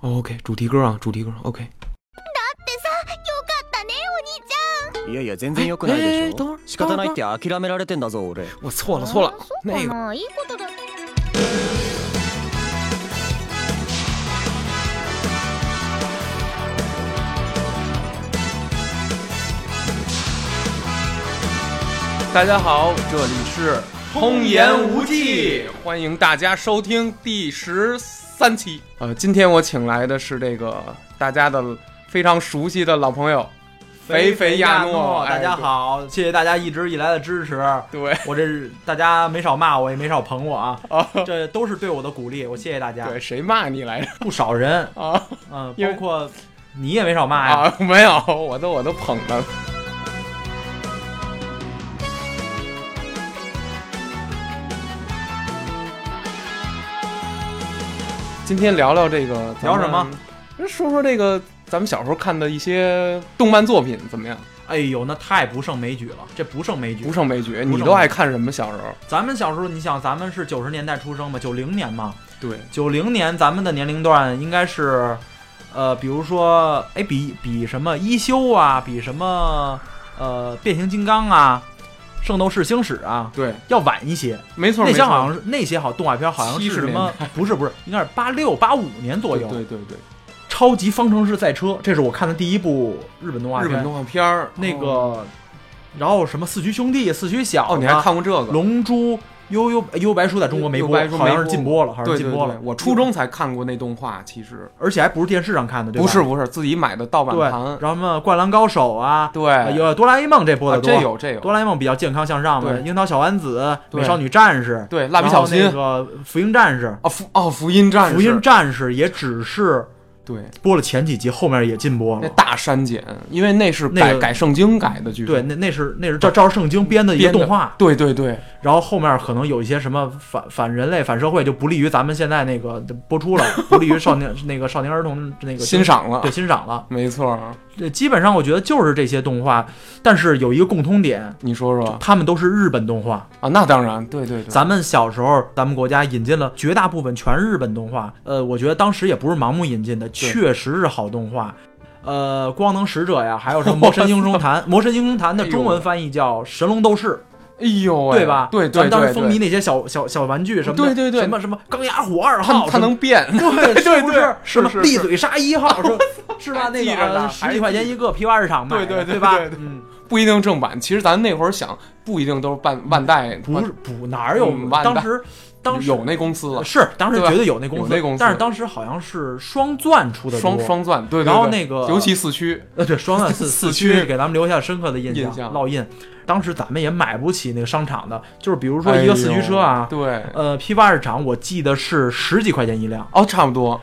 OK，主题歌啊，主题歌。OK。だねお兄ちいやいや全然良くないでえーしどょう仕方ないって諦められてんだぞ俺我错了，ゃん哦错了あ。そう那か个ないいことだ大家好，这里是通言无忌，欢迎大家收听第十三期。呃，今天我请来的是这个大家的非常熟悉的老朋友，肥肥亚诺。大家哎，好，谢谢大家一直以来的支持。对我这是大家没少骂我，也没少捧 我啊，啊，这都是对我的鼓励，我谢谢大家对，。谁骂你来着？不少人，啊 嗯，因包为括你也没少骂哎呀。啊， 没有，我都我都捧着。今天聊聊这个，咱聊什们？哎说说这个咱们小时候看的一些动漫作品怎么样？哎呦，那太不胜枚举了，这不胜枚举不。胜枚举，不你胜都爱看什么？小时候？咱们小时候，你想，咱们是九十年代出生嘛，九零年嘛，对，九零年咱们的年龄段应该是，呃，比如说，哎，比比什么一休啊，比什么呃变形金刚啊，圣斗士星矢啊，对，要晚一些。没错，那没些错，好像是那些好动画片，好像是70什年么？ 不是不是，应该是八六八五年左对右。对对对，超级方程式赛车，这是我看的第一部日本动画日片。本动画片儿，那个，哦，然后什么四驱兄弟、四驱小子，啊哦你还看过这个？龙珠、幽幽幽白书在中国没幽播白，书好像没是播禁播了，好像对是对禁播了。对，我初，中才看过那动画，其实而且还不是电视上看的，对吧不是不是自己买的盗版对，盘然，后什么灌篮高手啊，对，呃有哆啦 A 梦这播啊的多，这有这有，哆啦 A 梦比较健康向上嘛，对樱桃小丸子、对美少女战士、对，蜡笔然后小新那个福音战士。啊，福哦，福音战士，福音战士也只是对，播了前几集，后面也禁播那了。大删减，因为那是改、那个改圣经改的剧，对，那那是那是照照圣经编的一个编的动画，对对对，然后后面可能有一些什么反反人类、反社会，就不利于咱们现在那个播出 了，不利于少年那个少年儿童那个欣赏了对，欣赏了。没错儿，这基本上我觉得就是这些动画，但是有一个共通点，你说说他们都是日本动画。啊，那当然，对对对，咱们小时候，咱们国家引进了绝大部分全是日本动画，呃，我觉得当时也不是盲目引进的，确实是好动画。呃，光能使者呀，还 有什么魔神英雄坛？魔神英雄坛的中文翻译叫神龙斗士，哎呦喂，对吧？哎对咱对们当时对风靡对，那些小小小玩具什么对的，对对什么什么钢牙虎二他号，他能变，什么。 对， 对是不对是什么是是利嘴鲨一号 是是吧？那记着呢个十几块钱一个，批发市场买的，对对对对吧对对？嗯，不一定正版，其实咱那会儿想，不一定都是万万代，不是不哪有嗯？万代当时当时有那公司了，是，当时对吧绝对有那公有司，那公司但是当时好像是双钻出的多双，双钻，对对对，然后那个尤其四驱，呃，对，双钻四 四四驱驱给咱们留下深刻的印印象烙印。当时咱们也买不起那个商场的，就是比如说一个四驱车啊哎，呦对，呃，批发市场我记得是十几块钱一辆，哦，差不多，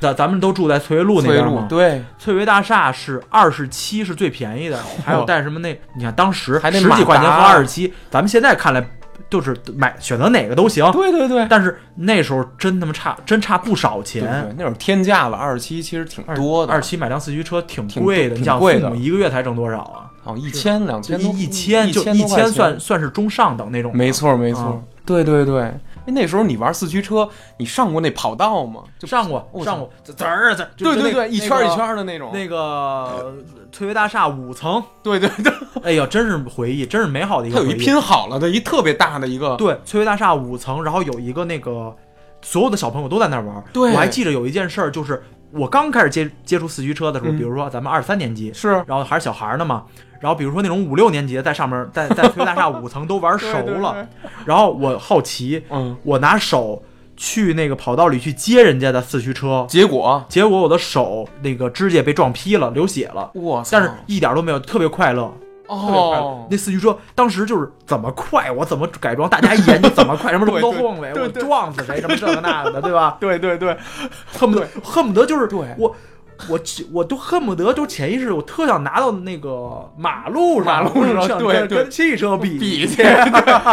咱咱们都住在翠微路那翠边路，嘛，对，翠微大厦是二十七是最便宜的，还有带什么那，你看当时还那十马几块钱和达二十七，咱们现在看来就是买选择哪个都行，对对对。但是那时候真他妈差，真差不少钱。对对，那会儿天价了，二十七其实挺二多的，二七买辆四驱车挺挺贵的，你挺想父贵的母一个月才挣多少啊？哦，一千两就千多，一一千就一一千算算是中上等那种。没，错没错，啊对对对。哎那时候你玩四驱车，你上过那跑道吗？就上过我操上过，滋儿滋儿，就对对就那对，一圈儿一圈。儿的那那种。个那个翠微大厦五层，对对对，哎呀，真是回忆，真是美好的一它个有回一忆。拼好了的一特别大的一个，对，翠微大厦五层，然后有一个那个，所有的小朋友都在那儿玩。对我还记着有一件事儿，就是我刚开始接接触四驱车的时候，嗯比如说咱们二三年级，是然后还是小孩儿呢嘛。然后比如说那种五六年级的，在上面在 在崔大厦五层都玩熟了，对对对然后我好奇，嗯。我拿手去那个跑道里去接人家的四驱车，结果结果我的手那个指甲被撞劈了，流血了，哇塞，但是一点都没有，特别快乐，特别快乐。哦，那四驱车当时就是怎么快我怎么改装，大家一研究怎么快，什么什么对都对晃呗，对我对撞死谁，什么这个那个的，对吧？对对对，恨不得恨不得就是对我。我我都恨不得就潜意识，我特想拿到那个马路上，马路上我想对跟对跟汽车比比 去，对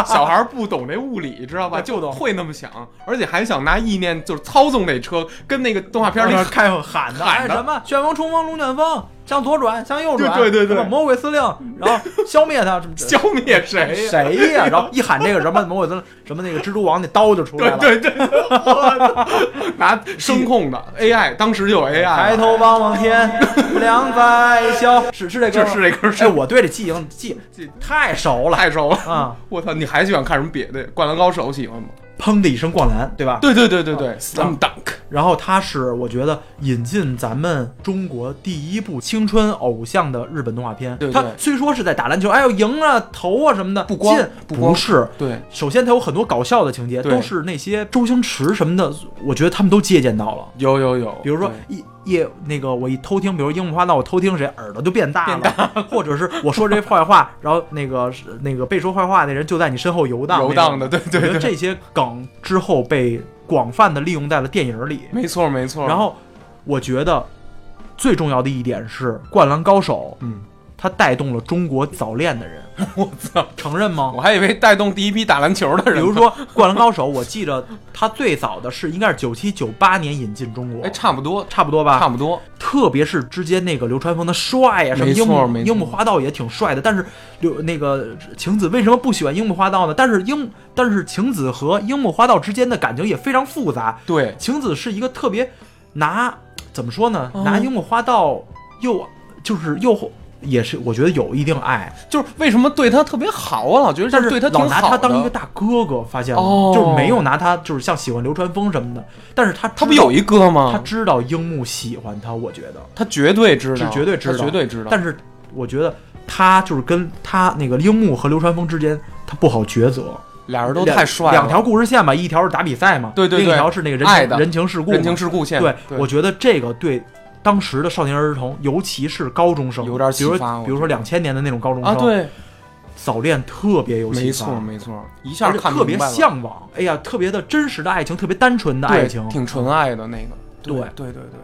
小孩儿不懂这物理，知道吧？对就不懂会那么想，而且还想拿意念就是操纵那车，跟那个动画片边里 儿开喊的喊哎喊的什么“旋风冲锋龙卷风”，向左转，向右转，对对对对什么魔鬼司令，然后消灭他，什么消灭谁呀？哎谁呀？然后一喊这个什么魔鬼司令，什么那个蜘蛛王那刀就出来对了，对对，我 拿声控的 AI，当时就有 AI，了抬头望望天，两百骁，是是这歌是吗，是这歌是哎，我对这记忆记记太熟了太熟了。啊！ 我操，你还喜欢看什么别的？《灌篮高手》喜欢吗？砰的一声灌篮，对吧？对对对对对啊，Slam Dunk，然后他是我觉得引进咱们中国第一部青春偶像的日本动画片。对对他虽说是在打篮球，哎呦赢啊、投啊什么的，不光进不光不是。对，首先，他有很多搞笑的情节，对都是那些周星驰什么的，我觉得他们都借鉴到了。有有有，比如说对一夜那个我一偷听，比如樱木花道我偷听谁，耳朵就变大了， 或者是我说这坏话，然后那个那个被说坏话那人就在你身后游荡，游荡的，对那种。我对觉得对，这些梗之后被广泛的利用在了电影里。没错没错。然，后我觉得最重要的一点是，《灌篮高手》嗯，它带动了中国早恋的人， 我操，承认吗 我？还以为带动第一批打篮球的比人呢。如说《灌篮高手》，我记着它最早的是应该是九七九八年引进中国哎，，差不多，差不多吧？差不多，特别是之间那个流川枫，他帅呀、什么没错樱木没错樱木花道也挺帅的，但是流那个晴子为什么不喜欢樱木花道呢？但是樱但是晴子和樱木花道之间的感情也非常复杂。对，晴子是一个特别拿怎么说呢？哦拿樱木花道又就是又也是我觉得有一定爱，就是为什么对他特别好啊？老觉得但对他挺老拿好他的，当一个大哥哥，发现了吗、哦就是没有拿他就是像喜欢流川枫什么的，但是他他不知道有一哥他吗？知道樱木喜欢他，我觉得。他绝对知是道，绝对知道，他绝对知道。但是我觉得他就是跟他那个樱木和流川枫之间，他不好抉择，俩人都两太帅了，两条故事线吧，一条是打比赛嘛，对对对另一条是那个人爱的情人情世故嘛，人情世故线，对，对我觉得这个对。当时的少年儿童，尤其是高中生，有点比如启发我比如说两千年的那种高中生，啊，对，早恋特别有没启发，错没错，一下而且看特别明白了，向往。哎呀，特别的真实的爱情，特别单纯的对爱情，嗯挺纯爱的那个。对对对对，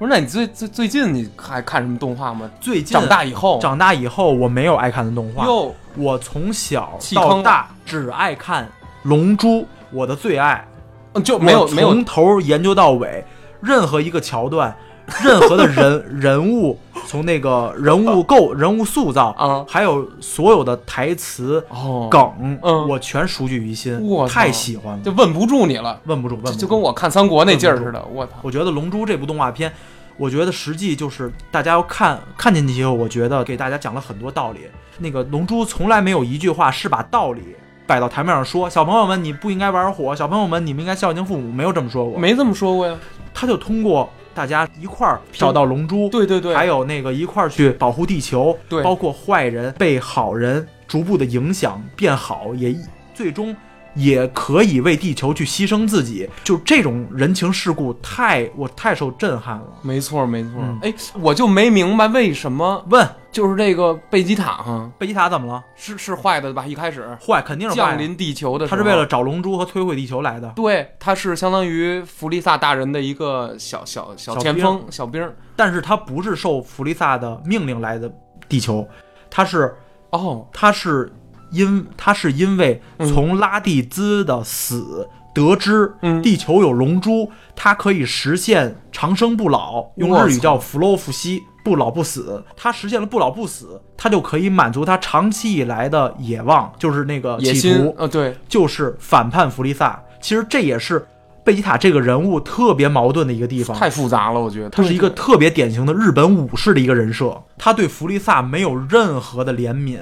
我说那你最最最近你还看什么动画吗？最近长大以后，长大以后，我没有爱看的动画，又我从小弃坑到了大只爱看《龙珠》，我的最爱，嗯就 没有我没有从头研究到尾，任何一个桥段，任何的人 人物，从那个人物构、人物塑造，啊还有所有的台词、哦，梗，嗯我全熟记于心我，操太喜欢了就，问不住你了，问不住，问就不就住。跟我看三国那劲儿问不似住的，我操，我觉得《龙珠》这部动画片，我觉得实际就是大家要看看进去以后，我觉得给大家讲了很多道理。那个《龙珠》从来没有一句话是把道理摆到台面上说，小朋友们你不应该玩火，小朋友们你们应该孝敬父母，没有这么说过。，没这么说过呀，他就通过大家一块儿找到龙珠，对对对，还有那个一块儿去保护地球，对包括坏人被好人逐步的影响变好，也最终也可以为地球去牺牲自己，就这种人情世故太我太受震撼了。没错没错嗯，哎，我就没明白为什么问就是这个贝吉塔哈贝吉塔怎么了？是是坏的吧？一开始坏肯定是坏降的，临地球的时他候，是为了找龙珠和摧毁地球来的。对，他是相当于弗利萨大人的一个小小小小前兵锋小兵儿但是他不是受弗利萨的命令来的地球，他是哦，他是因他是因为嗯从拉蒂兹的死得知嗯地球有龙珠，它可以实现长生不老，用我日语操叫弗洛夫西。不老不死，他实现了不老不死，他就可以满足他长期以来的野望，就是那个野企心图，呃对，就是反叛弗利萨。其实这也是贝吉塔这个人物特别矛盾的一个地方，太复杂了，我觉得他是一个特别典型的日本武士的一个人设，他对弗利萨没有任何的怜悯。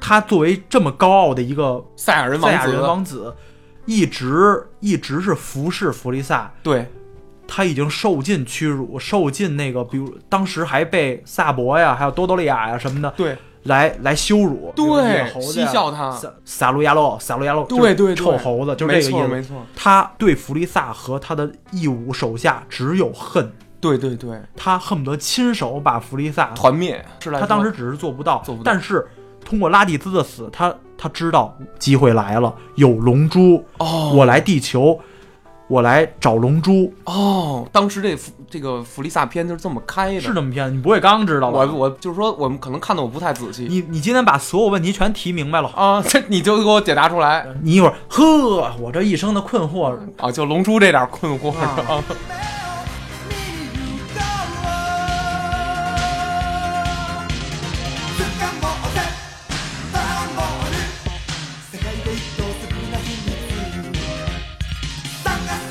他作为这么高傲的一个赛亚人王赛亚子，人王子，一直一直是服侍弗利萨，对他已经受尽屈辱，受尽那个，比如当时还被萨博呀，还有多多利亚呀什么的对来来羞辱，比如野对，猴子嬉呀笑他，萨萨路亚洛，萨路亚洛，对就是对对臭猴子，就是没这个错意没思。错，他对弗利萨和他的义武手下只有恨，对对对，他恨不得亲手把弗利萨团灭是来他说当时只是做不到，做不到但是通过拉蒂兹的死，他他知道机会来了，有龙珠，哦我来地球，我来找龙珠，哦，当时这弗这个弗利萨篇就是这么开的，是这么篇，你不会刚知道吧？我我就是说我们可能看的我不太仔细你你今天把所有问题全提明白了，啊，这你就给我解答出来你一会儿呵，我这一生的困惑，啊，就龙珠这点困惑啊是吧？目を見ると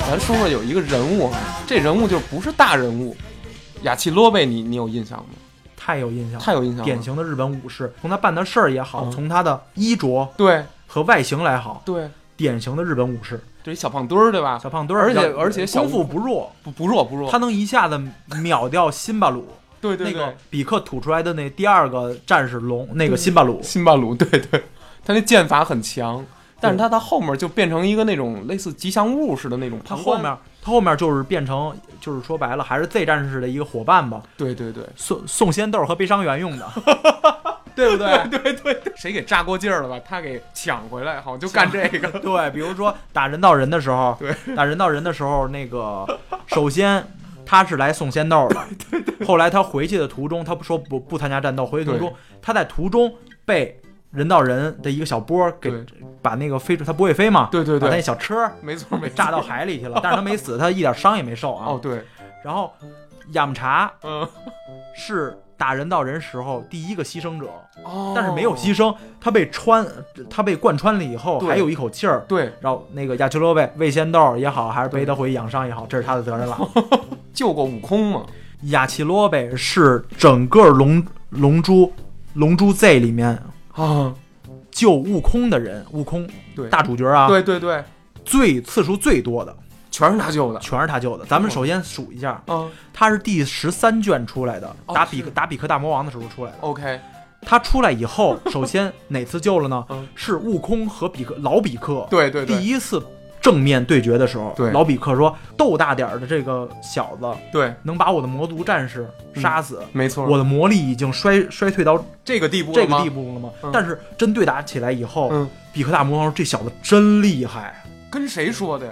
咱说说有一个人物啊，这人物就不是大人物，雅契罗贝你，你有印象吗？太有印象了，太有印象了，典型的日本武士，从他办的事儿也好，嗯从他的衣着对和外形来好，对，典型的日本武士，这一小胖墩儿对吧？小胖墩儿，而且然后而且小功夫不弱，不不弱不弱，他能一下子秒掉辛巴鲁，对对那对嗯个，比克吐出来的那第二个战士龙，那个辛巴鲁，辛巴鲁对对，他那剑法很强，但是他到后面就变成一个那种类似吉祥物似的那种他旁后观，面他后面就是变成就是说白了还是 Z 战士的一个伙伴吧，对对对送送仙豆和悲伤猿用的，对不对？ 对对对，谁给炸过劲儿了吧？他给抢回来，好像就干这个， 对，比如说打人到人的时候，对打人到人的时候，那个首先他是来送仙豆 的，后来他回去的途中，他不说不不参加战斗，回去途中他在途中被人到人的一个小波给对把那个飞出，他不会飞嘛，对对把他那对，小车没错没错炸到海里去了，但是他没死，他一点伤也没受啊。哦对，然后雅木茶嗯，是打人到人时候第一个牺牲者，哦，但是没有牺牲，他被穿，他被贯穿了以后对还有一口气儿。对然后那个亚秋罗卫喂仙豆也好，还是背他回去养伤也好，这是他的责 任了。救过悟空嘛，亚奇罗贝是整个龙龙珠龙珠 Z 里面啊，救悟空的人，悟空对大主角啊，对对对，最次数最多的全是他救的，全是他救的。咱们首先数一下，嗯他是第十三卷出来的，哦打比克是打比克大魔王的时候出来的。 ，OK，他出来以后，首先哪次救了呢嗯？是悟空和比克老比克对对第对一次正面对决的时候对，老比克说：“豆大点儿的这个小子对，能把我的魔族战士嗯杀死，没错，我的魔力已经衰衰退到这个地步这个地步，步了吗？嗯但是真对打起来以后，嗯，比克大魔王说这小子真厉害，跟谁说的呀？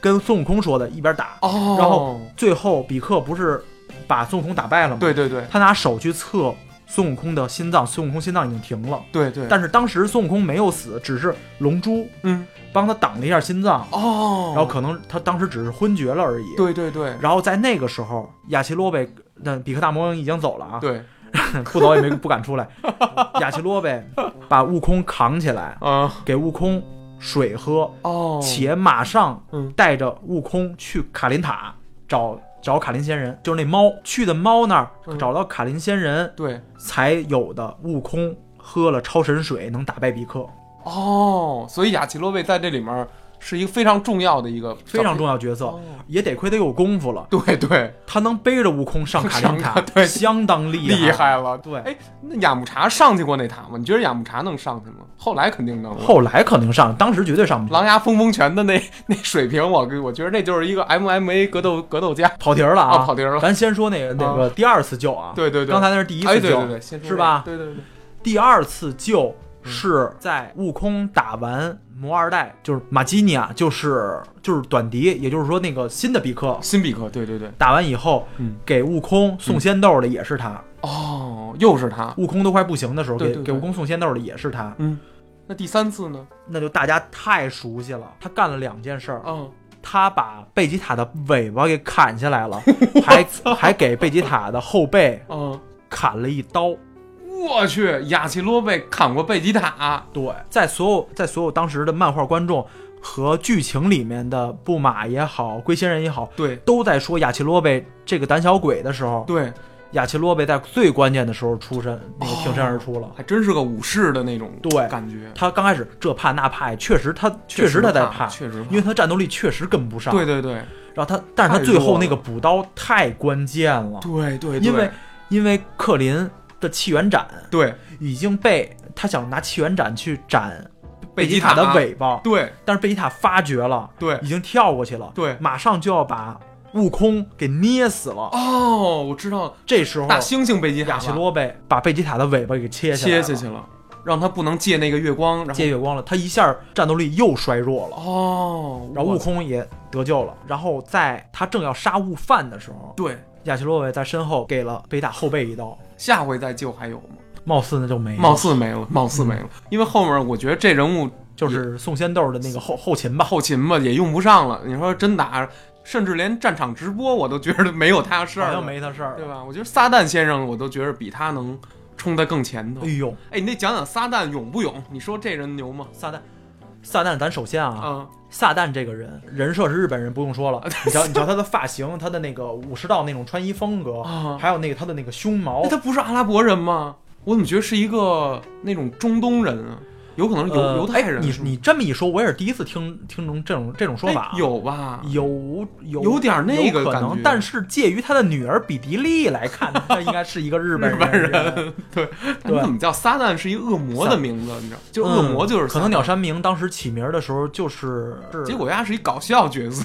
跟孙悟空说的一边打，哦，然后最后比克不是把孙悟空打败了吗？对对对他拿手去测孙悟空的心脏，孙悟空心脏已经停了，对对，但是当时孙悟空没有死，只是龙珠嗯帮他挡了一下心脏，哦，然后可能他当时只是昏厥了而已。对对对然后在那个时候，亚奇洛贝那比克大魔王已经走了啊，对，不走也没不敢出来。 亚奇洛贝把悟空扛起来，嗯给悟空水喝，哦，且马上嗯带着悟空去卡林塔找找卡林仙人，就是那猫去的猫那儿嗯找到卡林仙人，对才有的悟空喝了超神水能打败比克，哦，所以雅奇洛贝在这里面是一个非常重要的一个非常重要角色。哦也得亏他有功夫了，对对，他能背着悟空上卡林 上卡对塔，相当厉厉害了。对，哎，那雅木茶上去过那塔吗？你觉得雅木茶能上去吗？后来肯定能了。后来肯定上，当时绝对上不去，狼牙风风拳的那 那水平，我跟我觉得那就是一个 MMA 格斗格斗家。跑题儿了啊，啊跑！题儿了。咱先说那个那个第二次救啊，对对对，刚才那是第一哎次对对救，对，先说是吧这个对对对，第二次救是在悟空打完魔二代，就是马基尼亚，就是就是短笛，也就是说那个新的比克新比克，对对对，打完以后，嗯给悟空送仙豆的也是他，哦，又是他。悟空都快不行的时候，对给对给对悟空送仙豆的也是他，嗯，那第三次呢？那就大家太熟悉了。他干了两件事儿，嗯，他把贝吉塔的尾巴给砍下来了，还还给贝吉塔的后背嗯，砍了一刀。我去，雅奇罗被砍过贝吉塔，对，在所有在所有当时的漫画观众和剧情里面的布马也好，龟仙人也好，对都在说雅奇洛贝这个胆小鬼的时候，对，雅奇洛贝在最关键的时候出身，那个哦挺身而出了。还真是个武士的那种对感觉，他刚开始这怕那怕，确实他确实他在怕，确实因为他战斗力确实跟不上。对，对对然后他，但是他太最弱后那了个补刀太关键了，对对，因为因为克林的气元斩对已经被他想拿气元斩去斩贝吉吉塔塔的尾巴，对但是贝吉塔发觉了，对已经跳过去了，对，马上就要把悟空给捏死了。哦，我知道了，这时候，大猩猩贝吉塔雅吧奇罗贝把贝吉塔的尾巴给切下来切了，下去了，让他不能借那个月光，然后借月光了，他一下战斗力又衰弱了，哦，然后我悟空也得救了。然后在他正要杀悟饭的时候，对，雅奇罗贝在身后给了贝塔后背一刀，下回再救还有吗？貌似那就没了，嗯貌似没了，貌似没了，因为后面我觉得这人物就是送仙豆的那个后后勤吧，后勤吧也用不上了。你说真打，甚至连战场直播我都觉得没有他事好儿像了，没他事儿对了。吧？我觉得撒旦先生我都觉得比他能冲在更前头哎。呦，哎，你得讲讲撒旦勇不勇？你说这人牛吗？撒旦，撒旦，咱首先啊，啊，撒旦这个人人设是日本人，不用说 了。你瞧，你瞧他的发型，他的那个武士道那种穿衣风格，啊，还有那个他的那个胸毛哎那，他不是阿拉伯人吗？我怎么觉得是一个那种中东人啊？有可能是犹、呃犹太人哎你是吗。你这么一说，我也是第一次听听懂这种这种说哎法啊。有吧？有有有点那个有可感能觉，但是介于他的女儿比迪丽来 看，他应该是一个日本日本人。嗯人对，但对你怎么叫撒旦是一恶魔的撒名字？你知道，就恶魔就是嗯撒旦可能鸟山明当时起名的时候就是，结果丫是一搞笑角色，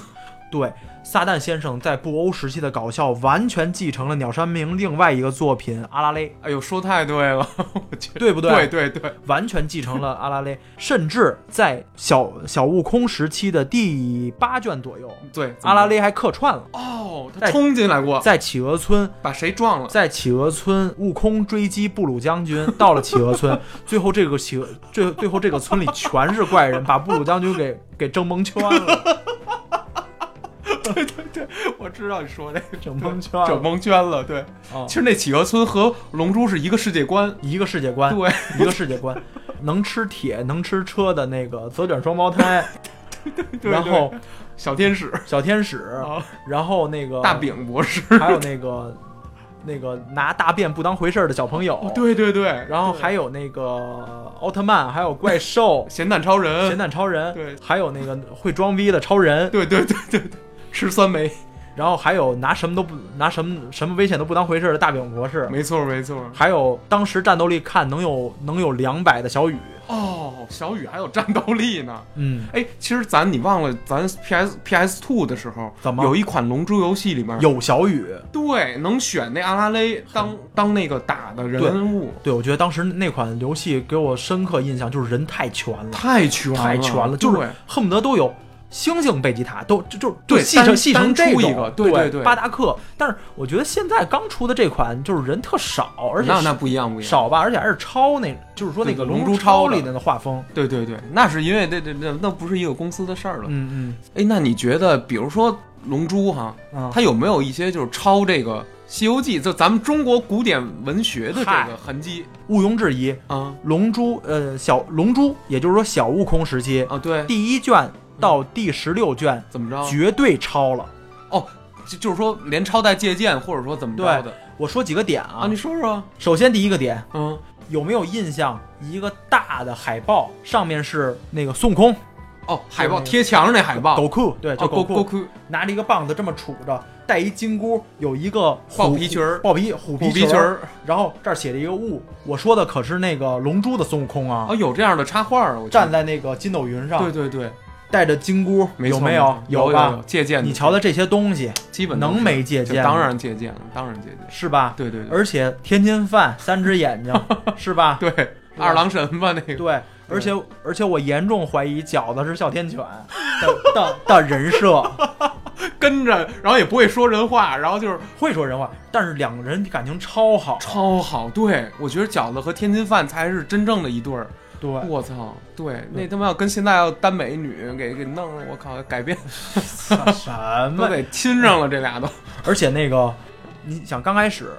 对撒旦先生在布欧时期的搞笑完全继承了鸟山明另外一个作品《阿拉蕾哎呦，说太对了，我觉》，得对不对？对对对，完全继承了阿拉蕾，甚至在小小悟空时期的第八卷左右，对，阿拉蕾还客串了，哦，他在冲进来过，在企鹅村把谁撞了？ 在企鹅村，悟空追击布鲁将军，到了企鹅村，最后这个企鹅最最后这个村里全是怪人，把布鲁将军给给整蒙圈 了，我知道你说这个整蒙圈了，整蒙圈了。对，哦其实那企鹅村和龙珠是一个世界观。一个世界观，对， 一个世界观，能吃铁能吃车的那个泽卷双胞胎， 对然后小天使，小天使，啊然后那个大，饼博士， 还有那个 那个拿大便不当回事儿的小朋友，， 哦对对对，。然后还有那个奥特曼，还有怪兽 咸蛋超人，咸蛋超人，嗯对还有那个会装逼的超人，对对对对对，吃酸梅，然后还有拿什么都不拿什么什么危险都不当回事儿的大饼博士，没错没错。还有当时战斗力看能有能有两百的小雨，哦，小雨还有战斗力呢。嗯，哎，其实咱你忘了，咱 P S P S Two 的时候，怎么有一款龙珠游戏里面有小雨。对能选那阿拉蕾当当那个打的人物，嗯对，我觉得当时那款游戏给我深刻印象就是人太全了，太全了太全了，就是对恨不得都有星星贝吉塔，都就就就对细成单细成这单出种一个对对对对巴达克。但是我觉得现在刚出的这款就是人特少，而且那是那不一样不一样。少吧，而且还是超那，就是说那对个对龙珠珠超超的里的那画风。对对对，那是因为这这这那不是一个公司的事儿了。嗯嗯哎、那你觉得，比如说《龙珠》哈，嗯，它有没有一些就是抄这个《西游记》，就咱们中国古典文学的这个嗨痕迹毋庸置疑，啊龙珠，呃，小龙珠，也就是说小悟空时期，啊？对，第一卷到第十六卷、怎么着？绝对超了。哦，就就是说连抄带借鉴，或者说怎么着的我说几个点啊，啊？你说说，首先第一个点，嗯，有没有印象？一个大的海报，上面是那个孙悟空、哦，海报贴墙上那海报，狗库，对，哦，就狗狗狗库，哭拿着一个棒子这么杵着，戴一金箍，有一个豹虎皮裙儿，豹皮虎虎皮皮裙儿，儿，然后这儿写着一个悟。我说的可是那个龙珠的孙悟空啊，哦，有这样的插画儿，我记站得在那个筋斗云上，对对对，带着金箍，没有错没有有有吧？借鉴的，你瞧瞧这些东西，基本都能是没借就鉴？当然借鉴了，当然借鉴， 是吧？对对对。而且天津饭三只 眼睛是吧？对，二郎神吧那个。对，而且而且我严重怀疑饺子是哮天犬的的的人设，跟着，然后也不会说人话，然后就是会说人话，但是两个人感情超好，超好。对我觉得饺子和天津饭才是真正的一对儿。对，我操，嗯对，那他妈要跟现在要耽美女给给弄了，我靠，改变什都么？得亲上了，这俩 都。而且那个，你想刚开始。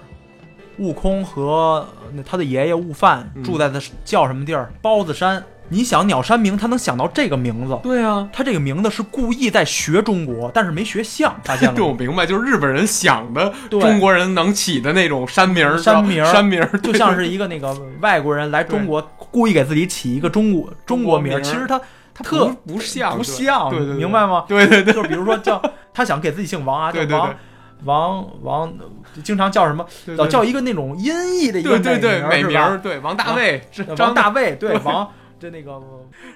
悟空和那他的爷爷悟饭嗯住在的叫什么地儿？包子山。你想鸟山明，他能想到这个名字，对啊，他这个名字是故意在学中国，但是没学像，发现了对我吗。明白，就是日本人想的，对中国人能起的那种山名儿，山知名道儿山名儿， 就对像是一个那个外国人来中国，故意给自己起一个中国中国名中国名儿，儿其实他它特不不像，对不像对对，对明白吗？对对对就是比如说 叫他想给自己姓王啊，叫对对王对王王，经常叫什么？对，老对叫一个那种音译的一个对对对美美名名儿儿，对王大卫，这是吧，张王大卫对 王。这那个，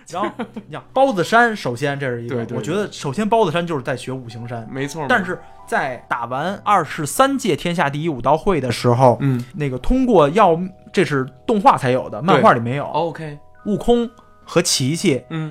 然后你想包子山，首先这是一个对，对嗯我觉得首先包子山就是在学五行山，没错，但是在打完二十三届天下第一武道会的时候，嗯那个通过要这是动画才有的，漫画里没有。 ，OK，悟空和琪琪嗯。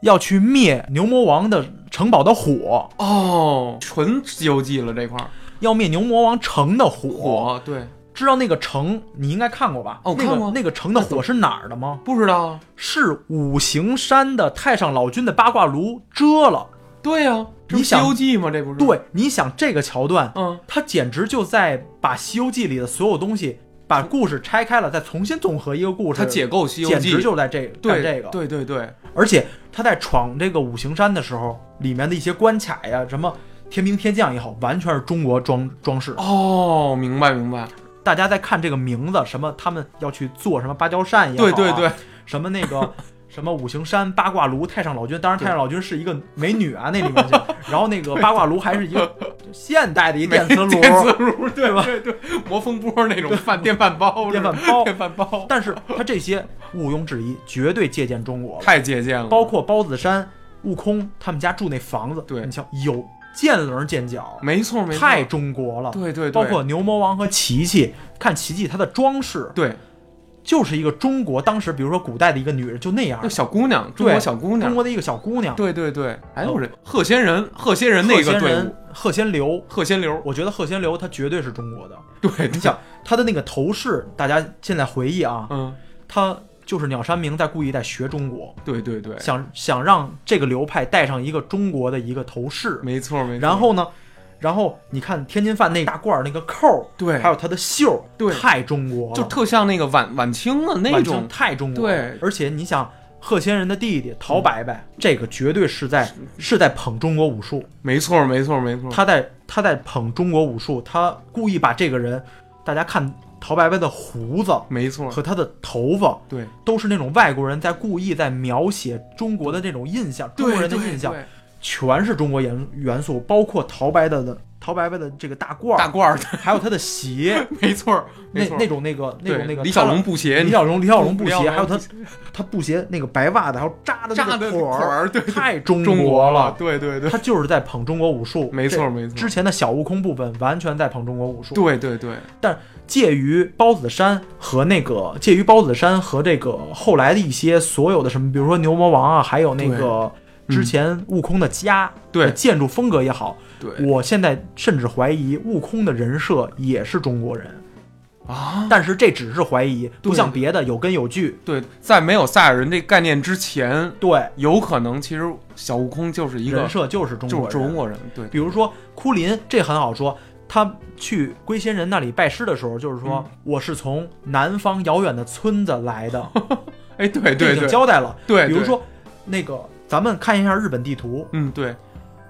要去灭牛魔王的城堡的火，哦，纯《西游记》了这块儿要灭牛魔王城的火。火对，知道那个城你应该看过吧？哦那个看过那个城的火是哪儿的吗？不知道啊，是五行山的太上老君的八卦炉遮了。对呀、啊，这不你西想游记》吗？这不是？，对，你想这个桥段，嗯，他简直就在把《西游记》里的所有东西把故事拆开了，再重新综合一个故事，他解构《西游简记直》，就在这个干对这个。对对对，而且他在闯这个五行山的时候，里面的一些关卡呀，什么天兵天将也好，完全是中国装装饰。哦，明白明白，大家在看这个名字，什么他们要去做什么芭蕉扇也好、啊对对对，，什么那 个什么五行山八卦炉太上老君，当然太上老君是一个美女啊，那里 面去，然后那个八卦炉还是一个现代的一 电磁 炉，电磁炉，对对吧对对，磨风波那种饭电饭 煲， 电饭煲电饭煲，但是它这些毋庸置疑，绝对借鉴中国了。太借鉴了，包括包子山、悟空他们家住那房子，对你瞧有见棱见角，没错没错，太中国了。对对对，包括牛魔王和琪琪，看琪琪她的装饰，对就是一个中国当时，比如说古代的一个女人就那样那，小姑娘，中对国小姑中娘，国的一个小姑娘。对对对，还有人鹤仙人，鹤仙人那个贺队仙伍人，贺仙流，鹤仙流，我觉得贺仙流他绝对是中国的。对，你想他的那个头饰，大家现在回忆啊，嗯，他就是鸟山明在故意在学中国，对对对，想想让这个流派戴上一个中国的一个头饰。没错没错，然后呢，然后你看天津饭那大褂儿那个扣儿，对还有它的袖儿，对太中国了，就特像那个晚晚清啊那晚清种，太中国了。对嗯而且你想。贺仙人的弟弟陶白白，这个绝对是在是在捧中国武术，没错没错没错，他在他在捧中国武术，他故意把这个人，大家看陶白白的胡子没错，和他的头发，对都是那种外国人在故意在描写中国的这种印象，中国人的对印象对全是中国元元素，包括陶白的的陶白白的这个大褂儿，大褂儿的，还有他的鞋，没错 那没错，那种那个那对种那个李小龙布鞋，李你小龙李小龙布李小鞋，龙还有他他布鞋那个白袜子，还有扎的扎那的个腿腿儿，儿，对，太中中国了，。对对 对，他就是在捧中国武术，没这错没错之，前的小悟空部分完全在捧中国武术，对对对，介于包子山和那个介于包子山和这个后来的一些所有的什么，比如说牛魔王啊，还有那个对嗯之前悟空的家对的建筑风格也好，对我现在甚至怀疑悟空的人设也是中国人，啊，但是这只是怀疑，对不像别的有根有据。对，在没有赛亚人这概念之前，对，有可能其实小悟空就是一人个设就是中就国是人。中国人，对，比如说库林，这很好说。他去龟仙人那里拜师的时候，就是说、嗯我是从南方遥远的村子来的，哎 对这对已经对交代了。对，比如对，说那个，咱们看一下日本地图，嗯对，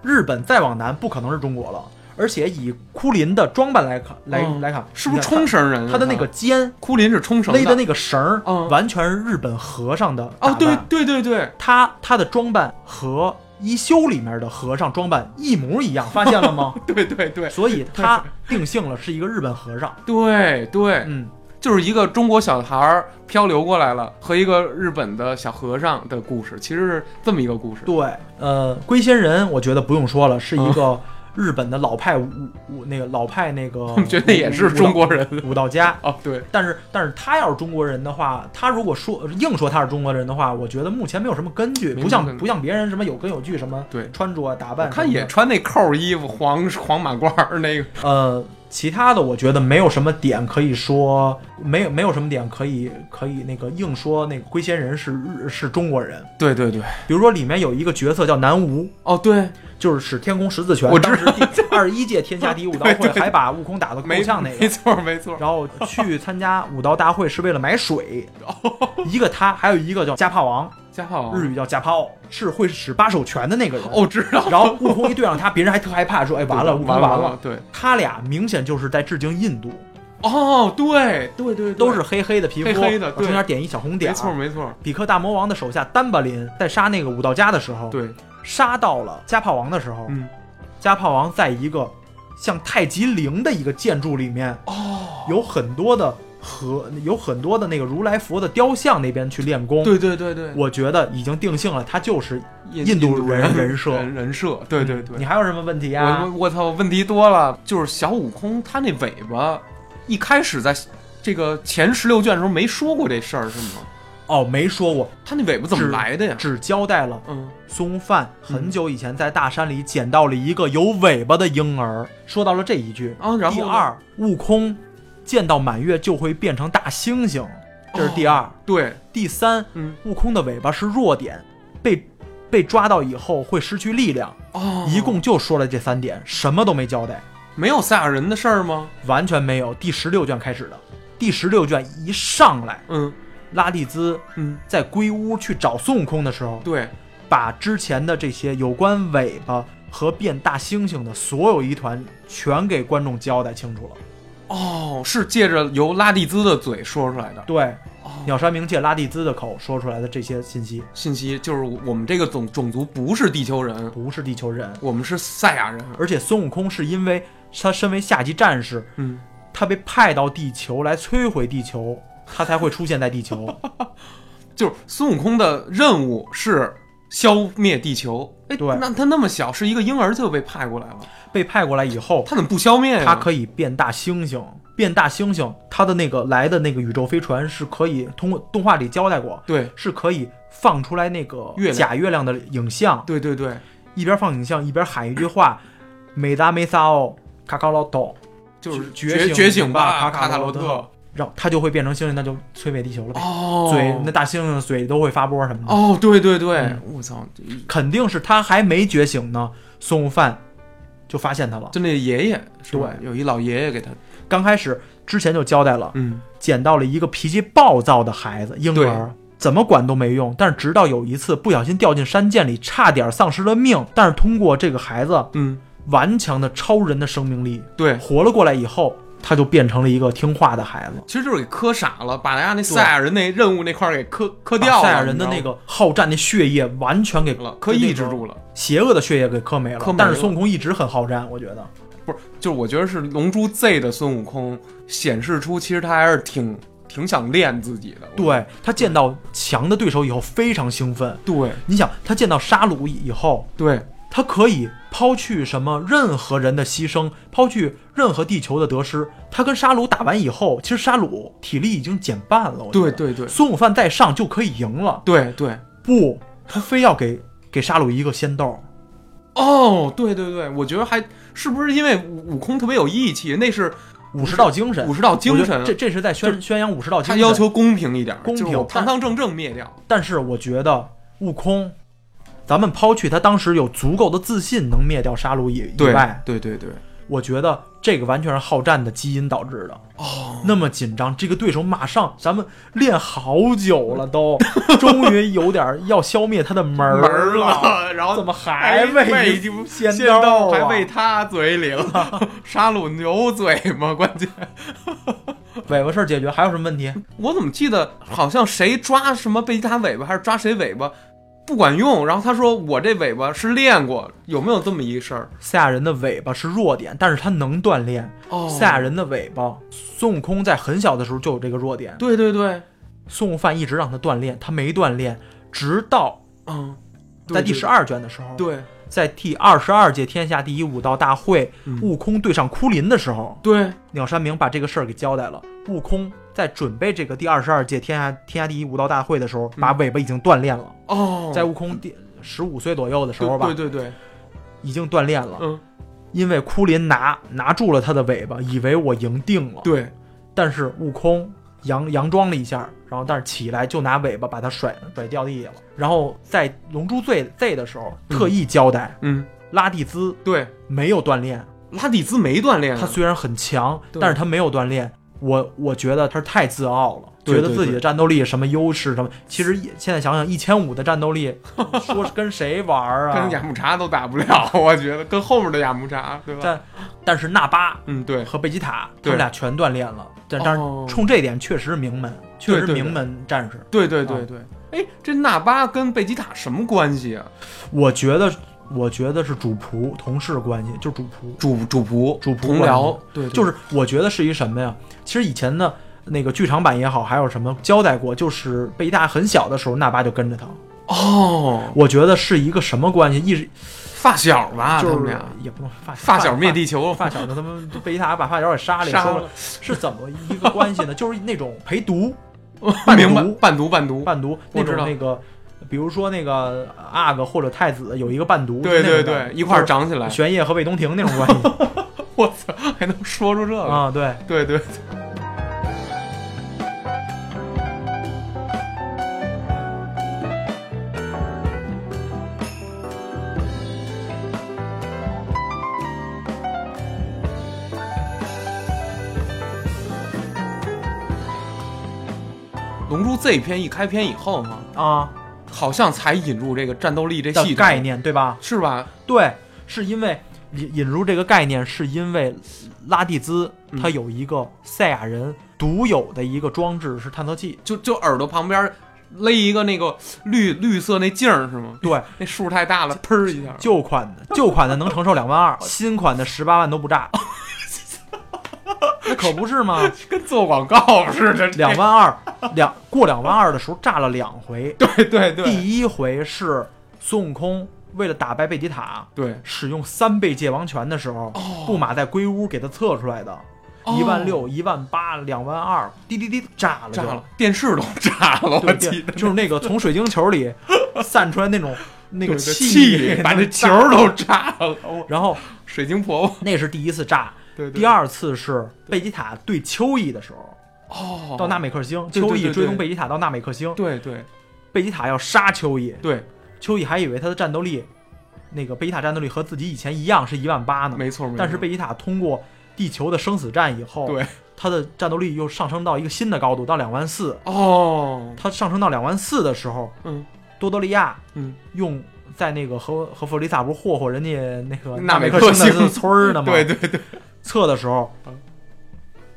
日本再往南不可能是中国了，而且以库林的装扮来看，来、嗯来看，是不是你看冲绳人啊？他他的那个肩库林是冲绳勒的那个绳儿，嗯完全是日本和尚的打哦，扮对对对 对，他他的装扮和一休里面的和尚装扮一模一样，发现了 吗？对对对所以他定性了是一个日本和尚。对 对，嗯，就是一个中国小孩儿漂流过来了，和一个日本的小和尚的故事，其实是这么一个故事。对，呃，龟仙人我觉得不用说了，是一个日本的老派武武那个老派那个啊 我，们觉得也是中国人武嗯道家。哦，对，但是，但是他要是中国人的话，他如果说硬说他是中国人的话，我觉得目前没有什么根据，没有不根像据不像别人什么有根有据，什么对穿着啊打我扮什么的，看也穿那扣儿衣服，黄 黄马褂儿那个，呃，其他的我觉得没有什么点可以说，没有没有什么点可以可以那个硬说那个龟仙人是日是中国人，对对对，比如说里面有一个角色叫南无，哦对，就是使天宫十字拳，我知当时 第二十一届天下第一武道对会对对还把悟空打得够 没呛那个，没错没错，然后去参加武道大会是为了买水，哦一个他，还有一个叫加帕王，家好日语叫加帕奥，是会使八手拳的那个人。哦，知道，然后悟空一对上他，别人还特害怕，说：“哎，完了，悟对 空完完了，。对，”他俩明显就是在致敬印度，哦对对对，对都是黑黑的皮肤，黑黑的对中间点一小红点。没错。没错，比克大魔王的手下丹巴林在杀那个武道家的时候，对，杀到了加帕王的时候，嗯加帕王在一个像太极陵的一个建筑里面，哦，有很多的和有很多的那个如来佛的雕像那边去练功。对对对对，我觉得已经定性了，他就是印度度人人设人人设，嗯对对对你，还有什么问题啊我呀？我操，问题多了。就是小悟空他那尾巴，一开始在这个前十六卷的时候没说过这事儿是吗？哦，没说过，他那尾巴怎么是来的呀？只交代了嗯，孙悟饭很久以前在大山里捡到了一个有尾巴的婴儿，说到了这一句。啊，然后第呢二，悟空见到满月就会变成大猩猩，这是第二。对，第三，哦嗯，悟空的尾巴是弱点，被被抓到以后会失去力量。哦，一共就说了这三点，什么都没交代，没有赛亚人的事儿吗？完全没有。第十六卷开始的，第十六卷一上来，嗯拉蒂兹嗯，在归屋去找孙悟空的时候，对，把之前的这些有关尾巴和变大猩猩的所有疑团全给观众交代清楚了。哦，是借着由拉蒂兹的嘴说出来的。对，哦，鸟山明借拉蒂兹的口说出来的这些信息，信息就是我们这个种种族不是地球人，不是地球人，我们是赛亚人。而且孙悟空是因为他身为下级战士，嗯，他被派到地球来摧毁地球，他才会出现在地 球。就是孙悟空的任务是消灭地球。哎，对那他那么小，是一个婴儿就被派过来了，被派过来以后，他怎么不消灭呀？它可以变大猩猩，变大猩猩，它的那个来的那个宇宙飞船是可以通过动画里交代过，对是可以放出来那个月亮假月亮的影像，对对对，一边放影像一边喊一句话：“美达梅萨奥卡卡罗多就是觉觉醒觉醒吧吧，卡卡卡塔塔罗罗特特。”，然后它就会变成猩猩，那就摧毁地球了呗。哦，嘴那大猩猩的嘴都会发波什么的，哦，对对对嗯，我操，这肯定是他还没觉醒呢，孙悟饭就发现他了。就那爷爷是吧？有一老爷爷给他，刚开始之前就交代了。嗯，捡到了一个脾气暴躁的孩子婴儿，怎么管都没用。但是直到有一次不小心掉进山涧里，差点丧失了命，但是通过这个孩子嗯，顽强的超人的生命力对，活了过来以后，他就变成了一个听话的孩子。其实就是给磕傻了，把亚那赛亚人那任务那块儿给磕磕掉了，把赛亚人的你那知道吗个好战的血液完全给了，磕抑制，那个住了。邪恶的血液给磕没了。磕没了但是孙悟空一直很好战，我觉得不是，就是我觉得是《龙珠 Z》的孙悟空显示出，其实他还是挺挺想练自己的。对他见到强的对手以后非常兴奋。对你想，他见到沙鲁以后，对他可以抛去什么任何人的牺牲，抛去任何地球的得失。他跟沙鲁打完以后，其实沙鲁体力已经减半了。我觉对得对对孙悟饭再上就可以赢了。对对，不，他非要给给沙鲁一个仙豆。哦，对对对，我觉得还是不是因为悟悟空特别有义气，那是武士道精神，武士道精我觉神得，这这是在宣宣扬武士道精他神。要，求公平一点，公平就是我堂堂正正灭掉。但是我觉得悟空，咱们抛去他当时有足够的自信能灭掉沙鲁以以对外，对对对，我觉得这个完全是好战的基因导致的。哦，那么紧张，这个对手马上咱们练好久了都， 终于有点要消灭他的门儿门儿了，然后哎怎么还还喂喂就仙仙豆豆啊还喂他嘴里了，沙鲁牛嘴嘛， 关键尾巴事儿解决，还有什么问题？我怎么记得好像谁抓什么贝吉塔尾巴还是抓谁尾巴不管用，然后他说我这尾巴是练过，有没有这么一事儿？赛亚人的尾巴是弱点，但是他能锻炼。哦赛亚人的尾巴，孙悟空在很小的时候就有这个弱点，对对对，孙悟饭一直让他锻炼，他没锻炼，直到嗯，对在第十，二卷的时候，对在第二十二届天下第一武道大会，嗯悟空对上枯林的时候，对鸟山明把这个事儿给交代了。悟空在准备这个第二十二届天下天下第一武道大会的时候，把尾巴已经锻炼了，嗯哦，在悟空第十五岁左右的时候对吧，对对对，已经锻炼了。嗯，因为库林拿拿住了他的尾巴，以为我赢定了，对，但是悟空佯佯装了一下，然后但是起来就拿尾巴把他甩甩掉地了。然后在《龙珠 Z Z》的时候，嗯特意交代嗯，拉蒂兹对，没有锻炼，拉蒂兹没锻炼啊，他虽然很强，对但是他没有锻炼。我我觉得他是太自傲了，对觉得自己的战斗力什么优势什么。其实也现在想想，一千五的战斗力，说是跟谁玩儿跟啊？雅木茶都打不了， 我觉得跟后面的雅木茶，对吧？但但是纳巴嗯，对，和贝吉塔他对们俩全锻炼了，但但是哦冲这点确实是名门，确实对对名门战士。对对对对。哎，这纳巴跟贝吉塔什么关系啊？我觉得我觉得是主仆同事关系，就是主仆。主主仆，主仆同关僚系，对，对就是我觉得是一什么呀？其实以前的那个剧场版也好，还有什么交代过，就是贝吉塔很小的时候，纳巴就跟着他。哦，我觉得是一个什么关系？一直发小吧，就他们是俩也不能发发小灭，地球，发发小的他们贝塔把发小给杀了，也杀说了了是怎么一个关 系呢？就是那种陪读、半半明白毒半毒半毒，伴读我那知种道那个，比如说那个阿哥或者太子有一个伴读，对就那对种感对，觉一块儿。长起来就是，玄烨和魏东亭那种关系我操，还能说出这个？啊，对，对对， 《龙珠 Z》篇一开篇以后哈，啊好像才引入这个战斗力这系统的概念，对吧？是吧？对，是因为引引入这个概念，是因为拉蒂兹嗯他有一个赛亚人独有的一个装置是探测器，就就耳朵旁边勒一个那个绿绿色那镜儿是吗？对， 那数太大了，砰儿一下。旧款的旧款的能承受两 万二，新款的十八万都不炸。那可不是吗？跟做广告似的，两 万二，两过两万二的时候炸了两回。对对对第一回是孙悟空为了打败贝吉塔，对，使用三倍界王拳的时候，哦布玛在龟屋给他测出来的，哦一万六、一万八、两万二，滴滴滴炸了就炸了，，电视都炸了，我对记对得，就是那个从水晶 球里散出来那种那对个对气，把那球儿都炸了，哦然后水晶婆婆。那是第一次炸，对对第二次是贝吉塔对秋意的时候，哦，到纳美克星，对对秋对意对追踪贝吉塔到纳美克星，对对贝吉塔要杀秋意，对，秋意还以为他的战斗力，那个贝吉塔战斗力和自己以前一样是一万八呢，没错没错。嗯但是贝吉塔通过地球的生死战以后，对他的战斗力又上升到一个新的高度，到两万四。哦，他上升到两万四的时候，嗯多多利亚嗯，用在那个和和弗里萨不是霍霍人家那个纳美美克克星的村儿呢 吗？对对对，测的时候嗯，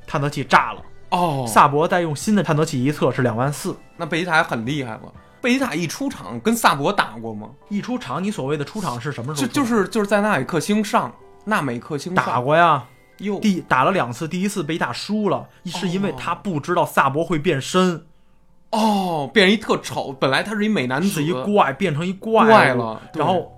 探测器炸了。哦，萨博再用新的探测器一测是两万四。那贝吉塔很厉害了。贝吉塔一出场跟萨博打过吗？一出场，你所谓的出场是什么时就候出场？就是就是在纳美克星上，纳美克星上打过呀，哟，第打了两次，第一次贝塔输了，是因为哦他不知道萨博会变身，哦，变成一特丑，本来他是一美男子，是一怪变成一怪怪了对然后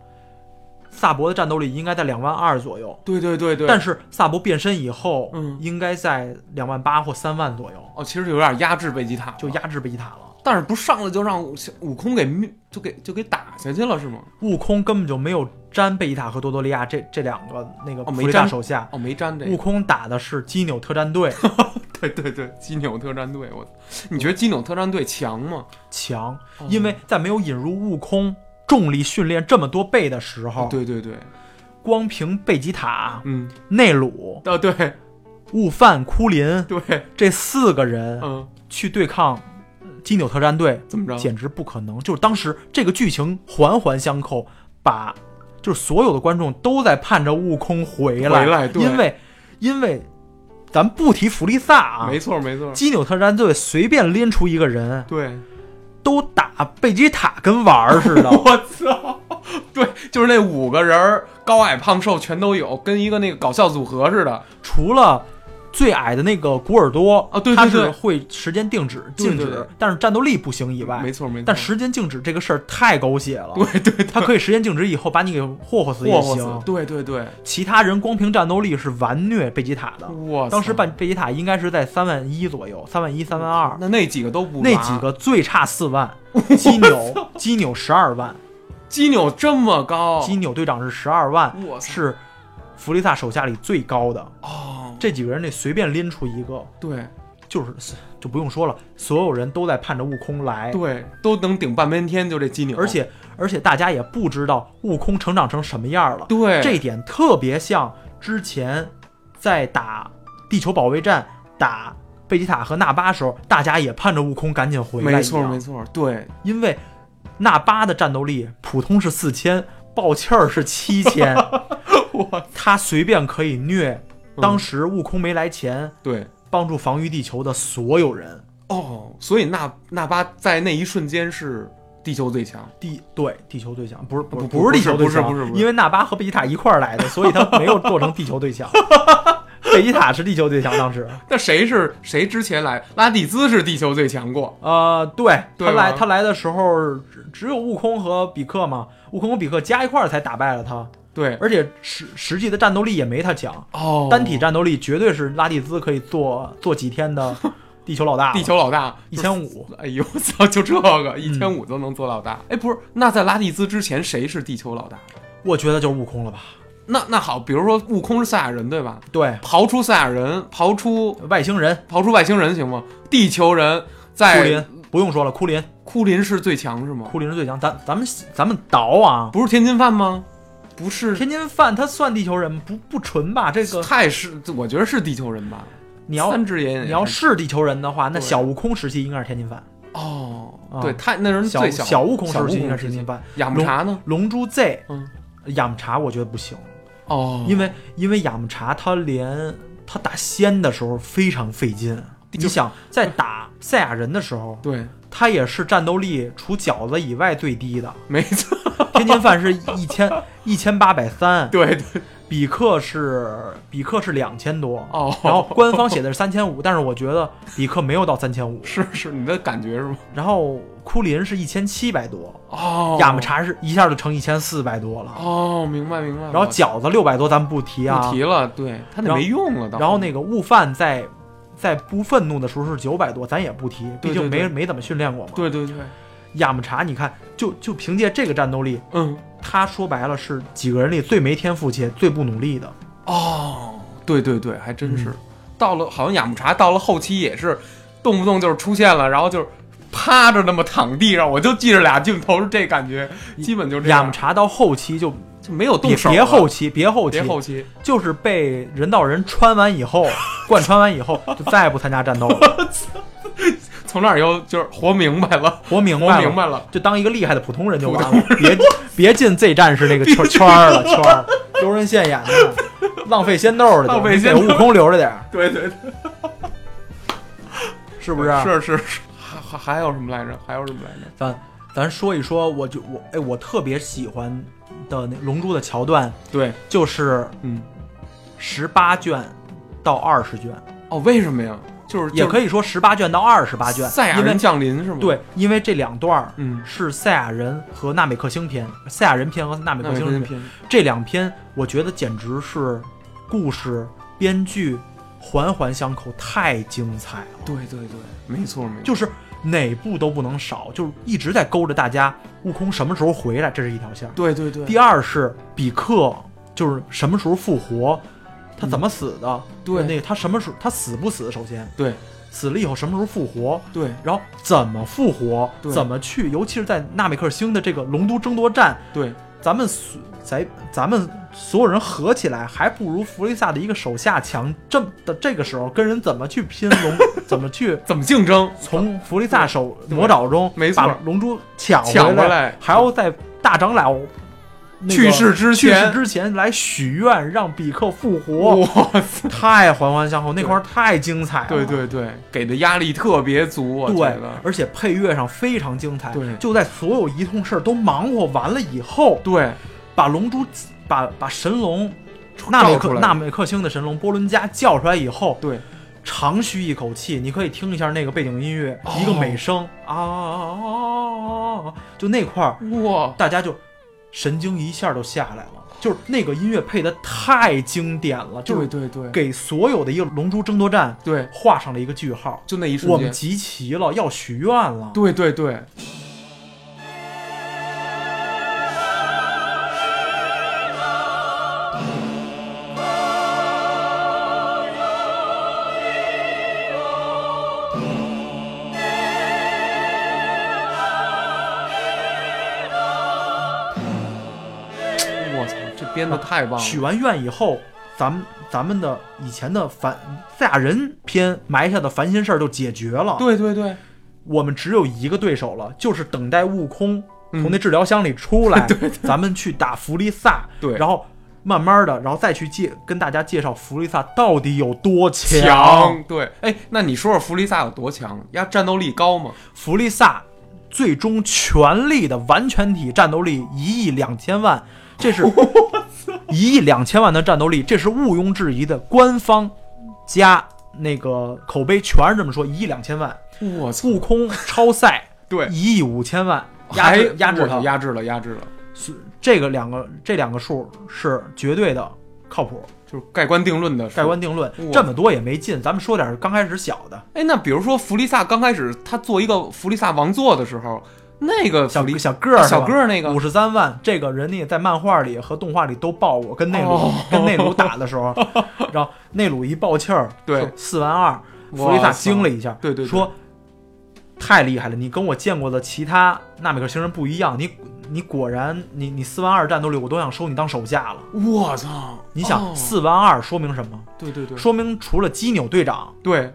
萨博的战斗力应该在两万二左右，对对对对，但是是萨博变身以后，嗯应该在两万八或三万左右，哦，其实有点压制贝吉塔了，就压制贝吉塔了。但是不上来就让悟悟空给灭就给就给打下去了是吗？悟空根本就没有沾贝吉塔和多多利亚这这两个那个哦弗没利萨沾手下，哦，没沾这个。悟空打的是基纽特战队对对对，基纽特战队，我，你觉得基纽特战队强吗？强哦，因为在没有引入悟空重力训练这么多倍的时候，对对对，光凭贝吉塔、嗯，内鲁、哦对悟饭、库林对，这四个人嗯，去对抗基纽特战队，怎么着？简直不可能。就是当时这个剧情环环相扣，把就是所有的观众都在盼着悟空回来，回来对因为因为咱不提弗利萨啊，没错没错，基纽特战队随便拎出一个人对，都打贝吉塔跟玩儿似的。 我操，对，就是那五个人儿，高矮胖瘦全都有，跟一个那个搞笑组合似的。除了最矮的那个古尔多啊对对他是对会时间定止对静止，对对但是战斗力不行以外，没错没错，但时间静止这个事儿太狗血了。对对对，他可以时间静止以后把你给霍霍死也霍霍行，死，对对对，其他人光凭战斗力是完虐贝吉塔的。哇塞，哦当时贝贝吉塔应该是在三万一左右，三万一、三万二，那那几个都不那拿几个最差四 万，基纽基纽十二万，基纽这么高，基纽队长是十二万，哦哇塞是弗利萨手下里最高的。哦，这几个人得随便拎出一个，对就是就不用说了，所有人都在盼着悟空来，对，都能顶半边天，就这基纽，而且而且大家也不知道悟空成长成什么样了。对这点特别像之前在打地球保卫战打贝吉塔和纳巴时候，大家也盼着悟空赶紧回来一样。没错没错，对因为纳巴的战斗力普通是四千，爆气儿是 七千，他随便可以虐。嗯当时悟空没来前，对。帮助防御地球的所有人，哦，所以纳纳巴在那一瞬间是地球最强，地对地球最强，不是不不不不是地球最强，不是不是不是因为纳巴和贝吉塔一块儿来的，所以他没有做成地球 最强。贝吉塔是地球最强，当时。那谁是谁之前来？拉蒂兹是地球最强过，呃，对对他吧来他来的时候只只有悟空和比克嘛，悟空和比克加一块儿才打败了他，对，而且实实际的战斗力也没他强，哦，单体战斗力绝对是拉蒂兹可以做做几 天的地球老大了，地球老大一千五， 嗯哎呦，我操，就这个一千五都能做老大？哎，不是，那在拉蒂兹之前谁是地球老大？我觉得就是悟空了吧？那那好，比如说悟空是赛亚人对吧？对，刨出赛亚人，刨出外星人刨出外星人行吗？地球人库在林不用说了，库林库林是最强是吗？库林是最强，咱咱们咱们倒啊，不是天津饭吗？不是，天津饭他算地球人吗不不纯吧？这个太是，我觉得是地球人吧。你要三只眼也是，你要是地球人的话，那对小悟空时期应该是天津饭，哦啊，对他那人小最小悟空时时期应该是时金期。番，雅木茶呢？ 《龙珠 Z 嗯，》雅木茶我觉得不行，哦，因为因为雅木茶他连他打仙的时候非常费劲。你想在打赛亚人的时候，对，他也是战斗力除饺子以外最 低的，没错，天津饭是 一千一千八百三，对对，比克是比克是两千多，哦然后官方写的是三千五，但是我觉得比克没有到三 千五，是是，你的感觉是吗？然后库林是一千七百多，哦，亚木查是一下就成一千四百多了，哦，明白明白。然后我饺子六百多咱不提啊，不提了，对他然那后没用了，到然后那个个悟饭在在不愤怒的时候是九百多，咱也不提，对毕竟对没对没怎么训练过嘛。对对对，亚木查，你看就就凭借这个战斗力，嗯，他说白了是几个人里最没天赋且最不努力的。哦，对对对，还真是嗯。到了好像雅木茶到了后期也是，动不动就是出现了，然后就是趴着那么躺地上，我就记着俩镜头是这感觉，基本就这亚木样，查到后期就就没有动别手别了后期，别后期，别后期，就是被人造人穿完 以后，贯穿完以后就再也不参加战斗了。从那儿以后就是活明白了，活明活白了，明白了。就当一个厉害的普通人就完了，别别进 Z 战士那个 圈圈儿了，圈儿丢人现眼的，浪费仙豆了就，浪费你仙给豆悟空留着点儿，对对对，是不是？。是啊是是，还还还有什么来着？还有什么来着？咱咱说一说，我就我哎，我特别喜欢的那《龙珠》的桥段对，就是嗯，十八卷到二十卷，哦，为什么呀？就是嗯也可以以说十八卷到二十八卷，赛亚因人为降临是吗？，对，因为这两段儿嗯，是赛亚人和纳美克星篇，赛亚人篇和纳美那克没星跟篇片这两篇，我觉得简直是故事编剧环环相扣，太精彩了。对对对，没错没错，就是哪部都不能少，就是一直在勾着大家，悟空什么时候回来，这是一条线儿。对对对，第二是比克，就是什么时候复活，他怎么死的？嗯对那个他什么时候他死不死？首先对死了以后什么时候复活？对然后怎么复活？对怎么去？尤其是在纳美克星的这个龙都争夺战，对，咱们所咱咱们所有人合起来，还不如弗利萨的一个手下强。这么的这个时候跟人怎么去拼龙？ 怎么去怎么竞争？从弗利萨手魔爪中没错把龙珠抢抢回回来还要在大长老、那个去世之去世前之前来许愿让比克复活，哇塞！太环环相扣，那块儿太精彩了。对对对，给的压力特别足，我觉对得，。而且配乐上非常精彩。对就在所有一通事儿都忙活完了以后，对把龙珠把把神龙。纳美出克来纳美克星的神龙波伦加叫出来以后，对，长吁一口气，你可以听一下那个背景音乐，哦一个美声啊就那块儿，哇，大家就神经一下就下来了，就是那个音乐配的太经典了，就是对对对给所有的一个《龙珠争夺战对》，画上了一个句号。就那一我瞬们间，集齐了，要许愿了。对对对，我操，这编的太棒许了，完愿以后，咱们咱们的以前的烦赛亚人篇埋下的烦心事儿就解决了。对对对，我们只有一个对手了，就是等待悟空嗯从那治疗箱里 出来，咱们去打弗利萨，对然后慢慢的，然后再去介跟大家介绍弗利萨到底有多强。强，对，哎，那你说说弗利萨有多强？呀，战斗力高吗？弗利萨最终全力的完全体战斗力一亿两千万，这是一亿两千万的战斗力，这是毋庸置疑的。官方加那个口碑全是这么说，一亿 两千万。我操，悟空超赛对一亿五千万，压还制压制我他操。压制了，压制了。是这个两个这两个数是绝对的靠谱，就是盖棺定论的盖棺。定论哇。这么多也没劲，咱们说点儿刚开始小的，哎，那比如说弗利萨刚开始他做一个弗利萨王座的时候，那个弗小利啊小个儿小个儿那个五十三万，这个人家在漫画里和动画里都爆过，跟内鲁、哦 跟内鲁打的 时候，然后内鲁一爆气儿，对四万二，弗哇雷萨塞惊了一下，对对对说太厉害了，你跟我见过的其他纳美克星人不一样，你你果然你你四万二战斗力，我都想收你当手下了。我操！你哦想四万二说明什么？对对对，说明除了基纽队长对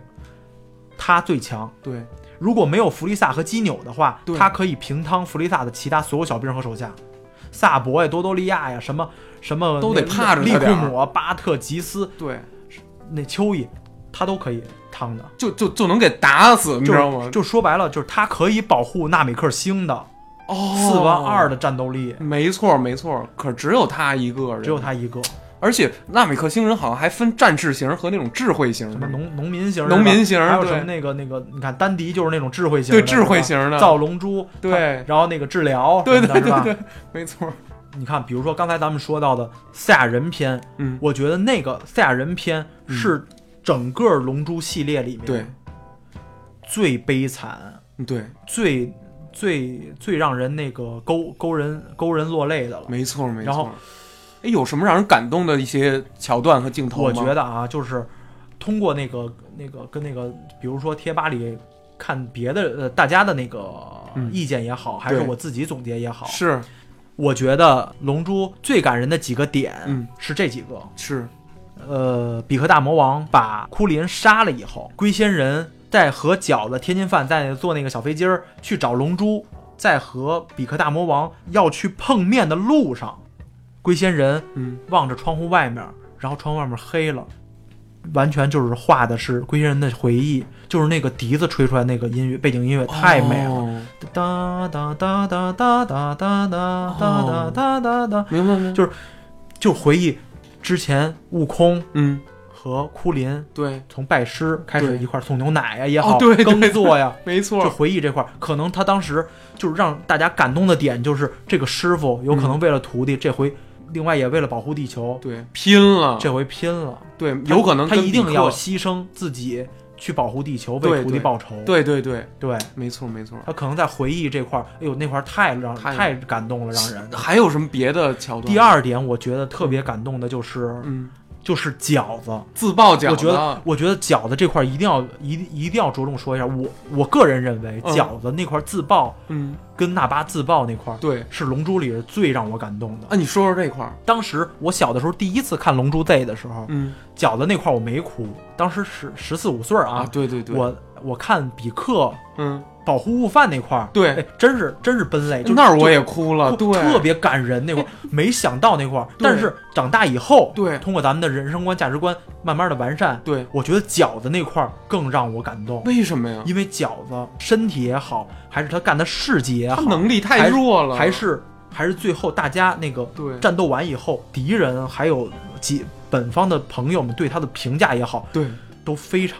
他最强，对如果没有弗利萨和基纽的话对，他可以平汤弗利萨的其他所有小兵和手下，萨博呀、多多利亚呀，什么什么都得那怕着利他库点儿姆、巴特、吉斯对，那蚯蚓，他都可以趟的。就就就能给打死，你知道就吗？就说白了，就是他可以保护纳米克星的哦，四万二的战斗力，没错，没错，可只有他一个人，只有，他一个。而且纳米克星人好像还分战士型和那种智慧型什的，么农农民型儿的、农民型儿还有什对么那个那个，你看丹迪就是那种智慧型对的，智慧是吧型的，造龙珠，对它然后那个治疗，对对是对吧对，没错，你看，比如说刚才咱们说到的赛亚人篇，嗯，我觉得那个赛亚人篇是整个龙珠系列里面对嗯最悲惨、对，最最最让人那个勾勾人勾人落泪的了。没错没错。然后哎，有什么让人感动的一些桥段和镜头吗？我觉得啊，就是通过那个那个跟那个，比如说贴吧里看别的呃大家的那个嗯意见也好，还是对我自己总结也好，是我觉得《龙珠》最感人的几个点嗯是这几个。是，呃，比克大魔王把库林杀了以后，龟仙人在和饺子、天津饭在坐那个小飞机儿去找龙珠，在和比克大魔王要去碰面的路上，龟仙人嗯，望着窗户外面，然后窗户外面黑了，完全就是画的是龟仙人的回忆，就是那个笛子吹出来那个音乐，背景音乐太美了，哦哒哒哒哒哒哒哒哒哒哒哒哒，明白明白，就就回忆之前悟空嗯，和库林对，从拜师开对始一块儿送牛奶呀也好，哦对对耕作呀，没就错，回忆这块儿，可能他当时就是让大家感动的点就是这个师傅有可能为了徒弟，这回另外也为了保护地球，嗯对，拼了，这回拼了，对，有可能他跟一定比克要，牺牲自己去保护地球，对为徒弟对报仇。对对对，对没错没错。他可能在回忆这块儿，哎呦那块儿太让太太感动了，让人。还有什么别的桥段？第，二点，我觉得特别感动的就是嗯，就是饺子，自爆饺子，我觉得，我觉得饺子这块儿一定要一一定要着重说一下。我我个人认为，嗯饺子那块儿自爆嗯，跟纳巴自爆那块儿，对。是《龙珠》里是最让我感动啊，的。你说说这块儿，哎当时我小的时候第一次看《龙珠 Z》的时候，嗯饺子那块儿我没哭，当时十十四五岁儿啊，啊，对对对，我我看比克嗯，保护悟饭那块儿，对哎，真是真是奔泪，就那儿我就也哭了，对，特别感人那块儿，没想到那块儿，对但是长大以后，对通过咱们的人生观、价值观慢慢的完善，对，我觉得饺子那块儿更让我感动，为什么呀？因为饺子身体也好，还是他干的事迹也他好，能力太弱了，还是还是最后大家那个对战斗完以后，敌人还有几本方的朋友们对他的评价也好，对都非常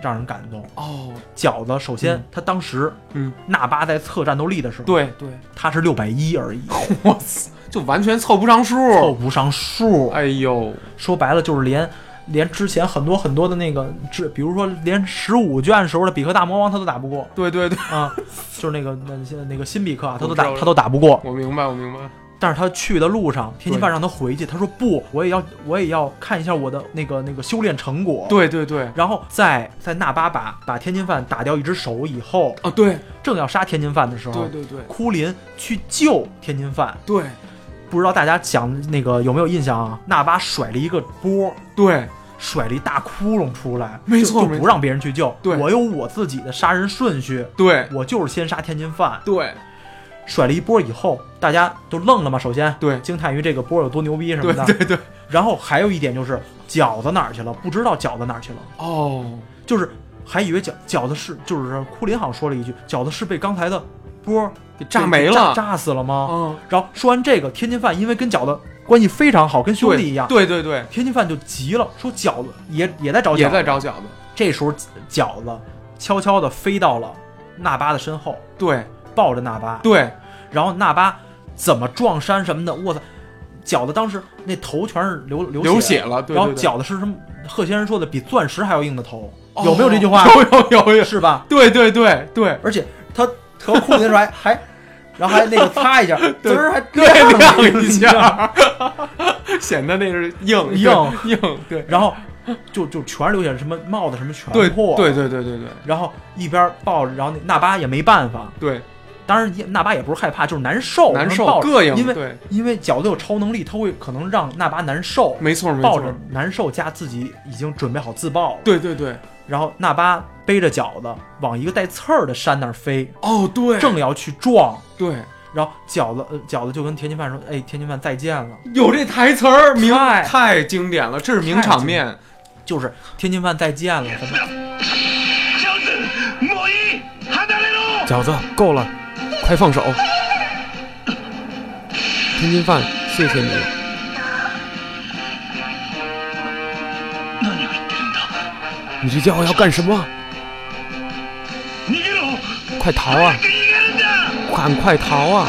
让人感动。哦，饺子首先、嗯他当时嗯，纳巴在测战斗力的时候，对对，他是六百一而已， 我操，就完全凑不上数，凑不上数。哎呦，说白了就是连。连之前很多很多的那个，这比如说连十五卷时候的比克大魔王他都打不过，对对对， 啊，就是那个那些那个辛比克啊，他我都知打道了他都打不过。我明白，我明白，但是他去的路上，天津对饭让他回去，他说不，我也要我也要看一下我的那个那个修炼成果。，对对对，然后在在纳巴把把天津饭打掉一只手以后，哦，对正要杀天津饭的时候对。对对库林去救天津饭，对不知道大家想那个有没有印象啊？纳巴甩了一个波，对，甩了一大窟窿出来，没错就没就错不让别人去救。对我有我自己的杀人顺序，对我就是先杀天津饭，对甩了一波以后，大家都愣了嘛。首先，对惊叹于这个波有多牛逼什对么的。对对，然后还有一点就是饺子哪儿去了，不知道饺子哪儿去了，哦，就是还以为饺饺子是就是库林好像说了一句，饺子是被刚才的波给炸没炸了，炸死了吗？嗯，然后说完这个，天津饭因为跟饺子关系非常好，跟兄弟一样。对对对，天津饭就急了，说饺子也也在找饺子，也在。找饺子，这时候饺子悄悄地飞到了纳巴的身后，对抱着纳巴。对然后纳巴怎么撞山什么的，我操！饺子当时那头全是流流流血血了，对然后对对，饺子是什么？贺先生说的比钻石还要硬的头，哦有没有这句 话？有有有有，是吧？对对对对。 而且他和裤子那时候还还，然后还那个擦一下，滋对儿还对，亮一下，下， 显得那是硬硬硬，对 然后就就全是流血，什么帽子什么全对破，啊对。对对对对然后一边抱着，然后那纳巴也没办法，对，当然也纳巴也不是害怕，就是难受，难受抱着膈应，因为对，因为饺子有超能力，他会可能让纳巴难受，没错没抱错，着难受加自己已经准备好自爆了，对对对，然后那巴背着饺子往一个带刺儿的山那儿飞，哦，对，正要去撞，对，然后饺子、呃、饺子就跟田金范说：“哎，田金范再见了。有这台词儿，名太太经典了，这是名太场经典面。”就是田金范再见了什么？シャウズもういい離れろ饺子够了，快放手！天津饭，谢谢你。何を言ってるんだ你这家伙要干什么？逃げろ快逃啊！逃げるんだ赶快逃啊！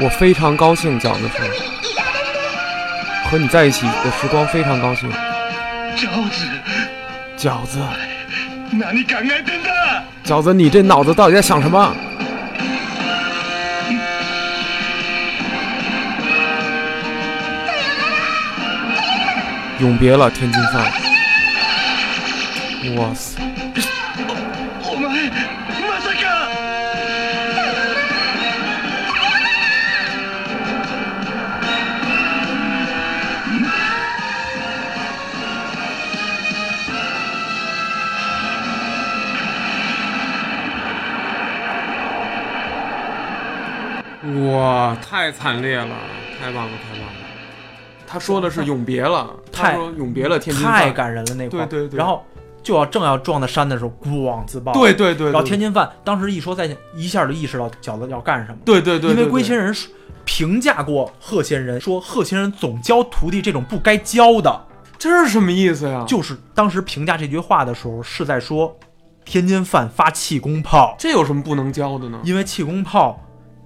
我非常高兴，饺子说，和你在一起的时光非常高兴。ジャオ饺子，ズ何考えてんだ饺子，你这脑子到底在想什么？永别了，天津饭。哇塞！お前まさか哇，太惨烈了，太棒了，太棒了！他说的是永别了，太他说永别了天津太饭，感人了那块儿。对对对然后就要正要撞到山的时候，咣自爆。对对对，然后天津饭当时一说再见，一下就意识到饺子要干什么。对对对，因为对龟仙人说评价过贺仙人，说贺仙人总教徒弟这种不该教的，这是什么意思呀？就是当时评价这句话的时候是在说天津饭发气功炮，这有什么不能教的呢？因为气功炮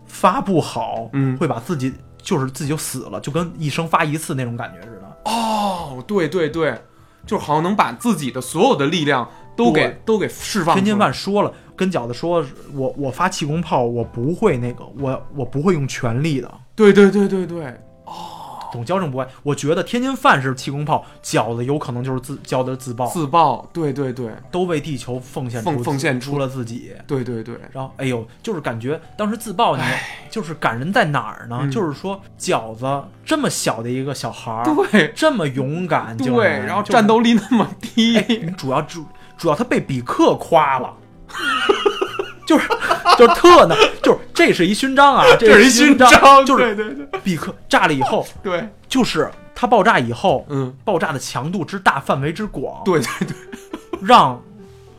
发不好，嗯会把自己就是自己就死了，就跟一生发一次那种感觉似的。哦，对对对，就是好像能把自己的所有的力量都给对都给释放出来。天津饭说了，跟饺子说，我我发气功炮，我不会那个，我我不会用全力的。对对对对对，总教正不爱，我觉得天津饭是气功炮，饺子有可能就是自教的自爆，自爆，对对对都为地球奉献出奉奉献出出了自己。对对对，然后，哎呦，就是感觉当时自爆，你知道就是感人在哪儿呢？嗯就是说，饺子这么小的一个小孩儿，对这么勇敢就能，对，然后就是哎战斗力那么低，你主要主主要他被比克夸了， 就是就是特呢，就是这是一勋章啊， 这是是一勋章，章，就对是对对比克炸了以后，对，就是它爆炸以后，嗯，爆炸的强度之大，范围之广，对对对让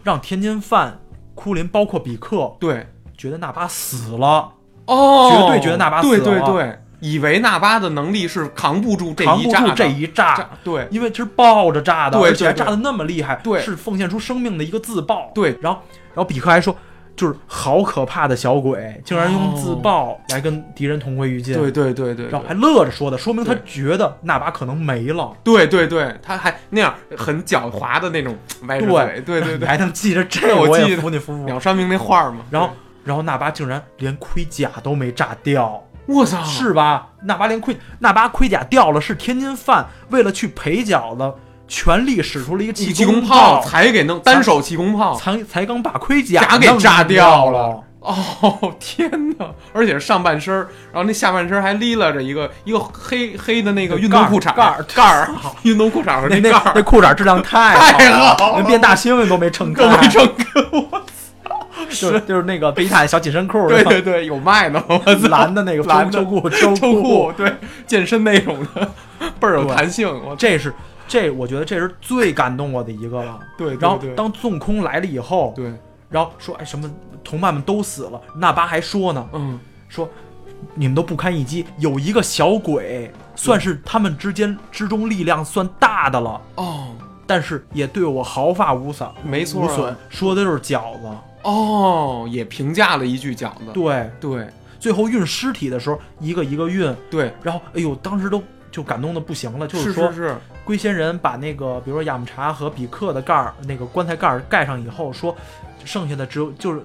让天津饭、库林包括比克对，觉得纳巴死了，哦，绝对觉得纳巴死对对了对，以为纳巴的能力是扛不住这扛一不炸住的这一炸炸，，对因为这是抱着炸的，对而且还对对炸的那么厉害，对是奉献出生命的一个自爆。对然后然后比克还说，就是好可怕的小鬼，竟然用自爆来跟敌人同归于尽。哦对对对对，然后还对乐着说的，说明他对觉得那把可能没了。对对对，他还那样很狡猾的那种歪着嘴，对对 你对，还能记着这， 我我记也得服你服不服鸟？山明那画儿嘛，然后然后那巴竟然连盔甲都没炸掉。对我操，是吧？纳巴连盔纳巴盔甲掉了，是天津饭为了去陪饺子，全力使出了一个气气功炮，才给弄单手气功炮，才才刚把盔甲甲给弄炸掉了。哦天哪！而且是上半身儿，然后那下半身儿还提拉着一个一个黑黑的那个运动裤衩盖 儿盖儿，运动裤衩和盖那那那儿裤衩质量太太好好了连变大猩猩都没撑开，都没成 功。就是就是那个北塔小紧身裤，对对对，有卖的，我操，蓝的那个蓝的秋裤秋秋裤裤，，对，健身那种的， 倍儿有对弹性。我操这是这我觉得这是最感动我的一个了。对对然后对当孙悟空来了以后，对，然后说哎什么同伴们都死了，那巴还说呢，嗯，说你们都不堪一击，有一个小鬼算是他们之间之中力量算大的了，哦但是也对我毫发无损，没错啊无损。说的就是饺子，哦，也评价了一句饺子，对，对最后运尸体的时候一个一个运，对，然后哎呦，当时都就感动的不行了，就是说是是，龟仙人把那个比如说雅木茶和比克的盖儿那个棺材盖儿盖上以后，说剩下的只有就是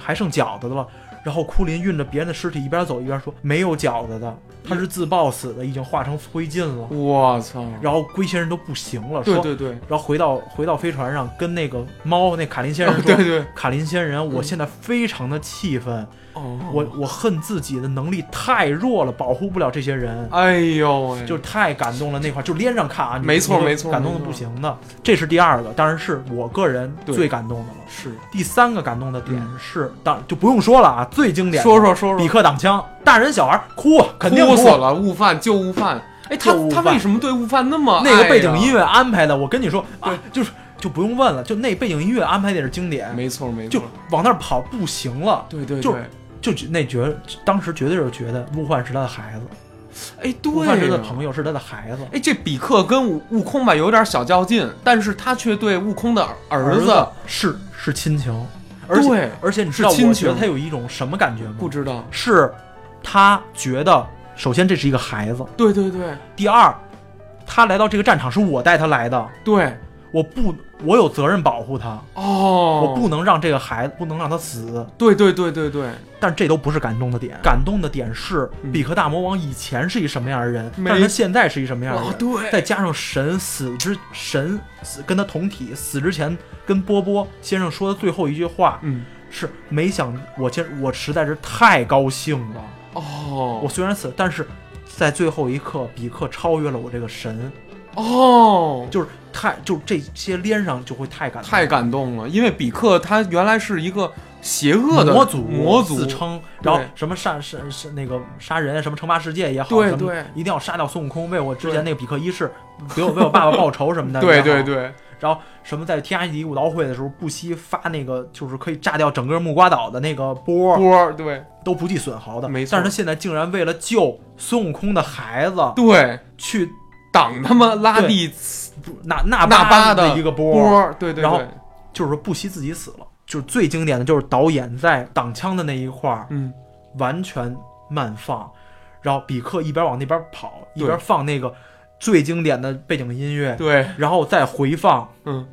还剩饺子的了。然后库林运着别人的尸体一边走一边说没有饺子的，他是自爆死的，已经化成灰烬了。我操！然后龟仙人都不行了，对说对对，然后回到回到飞船上，跟那个猫那卡林仙人说：“ 对对卡林仙人，啊我现在非常的气愤，哦我我恨自己的能力太弱了，保护不了这些人，哎呦喂，就太感动了那块，就连上看啊，你没错你就没错感动的不行的。这是第二个，当然是我个人对最感动的了。是第三个感动的点是，当就不用说了啊，最经典的说说说比说，克挡枪，大人小孩哭，啊肯定哭死了，悟饭救悟饭。哎，他救悟他饭为什么对悟饭那么那个背景哎爱呀音乐安排的，我跟你说，啊，就是就不用问了，就那背景音乐安排的也是经典，哎没错没错就，往那儿跑不行了，对对就对，就觉那觉得当时绝对是觉得悟饭是他的孩子，哎悟饭是对他的呀，朋友，是他的孩子，哎这比克跟悟悟空吧有点小较劲，但是他却对悟空的儿儿子是是亲情，而且对而且你知道是亲我情觉得他有一种什么感觉吗？不知道，是他觉得首先这是一个孩子，对对对第二他来到这个战场是我带他来的，对，我不我有责任保护他。哦，我不能让这个孩子，不能让他死。对对对对对，但这都不是感动的点，感动的点是嗯比克大魔王以前是一什么样的人，没但是他现在是一什么样的哦人。对，再加上神死之神死跟他同体死之前跟波波先生说的最后一句话嗯，是：没想我今我实在是太高兴了。哦，我虽然死，但是在最后一刻，比克超越了我这个神，哦，就是太就这些连上就会太感动太感动了，因为比克他原来是一个邪恶的魔族魔族自称，对然后什么杀杀杀那个杀人啊什么称霸世界也好，对什么对一定要杀掉孙悟空，为我之前那个比克一世，给我为我爸爸报仇什么的，对也好对。对，然后什么在天涯一武道会的时候，不惜发那个就是可以炸掉整个木瓜岛的那个波儿，波儿对都不计损耗的。没错但是他现在竟然为了救孙悟空的孩子，对，去挡他妈拉对蒂那那纳巴啊的一个波波儿，对对然后对，就是说不惜自己死了。就是最经典的就是导演在挡枪的那一块儿，嗯，完全慢放，然后比克一边往那边跑，对一边放那个最经典的背景音乐，对，然后再回放嗯，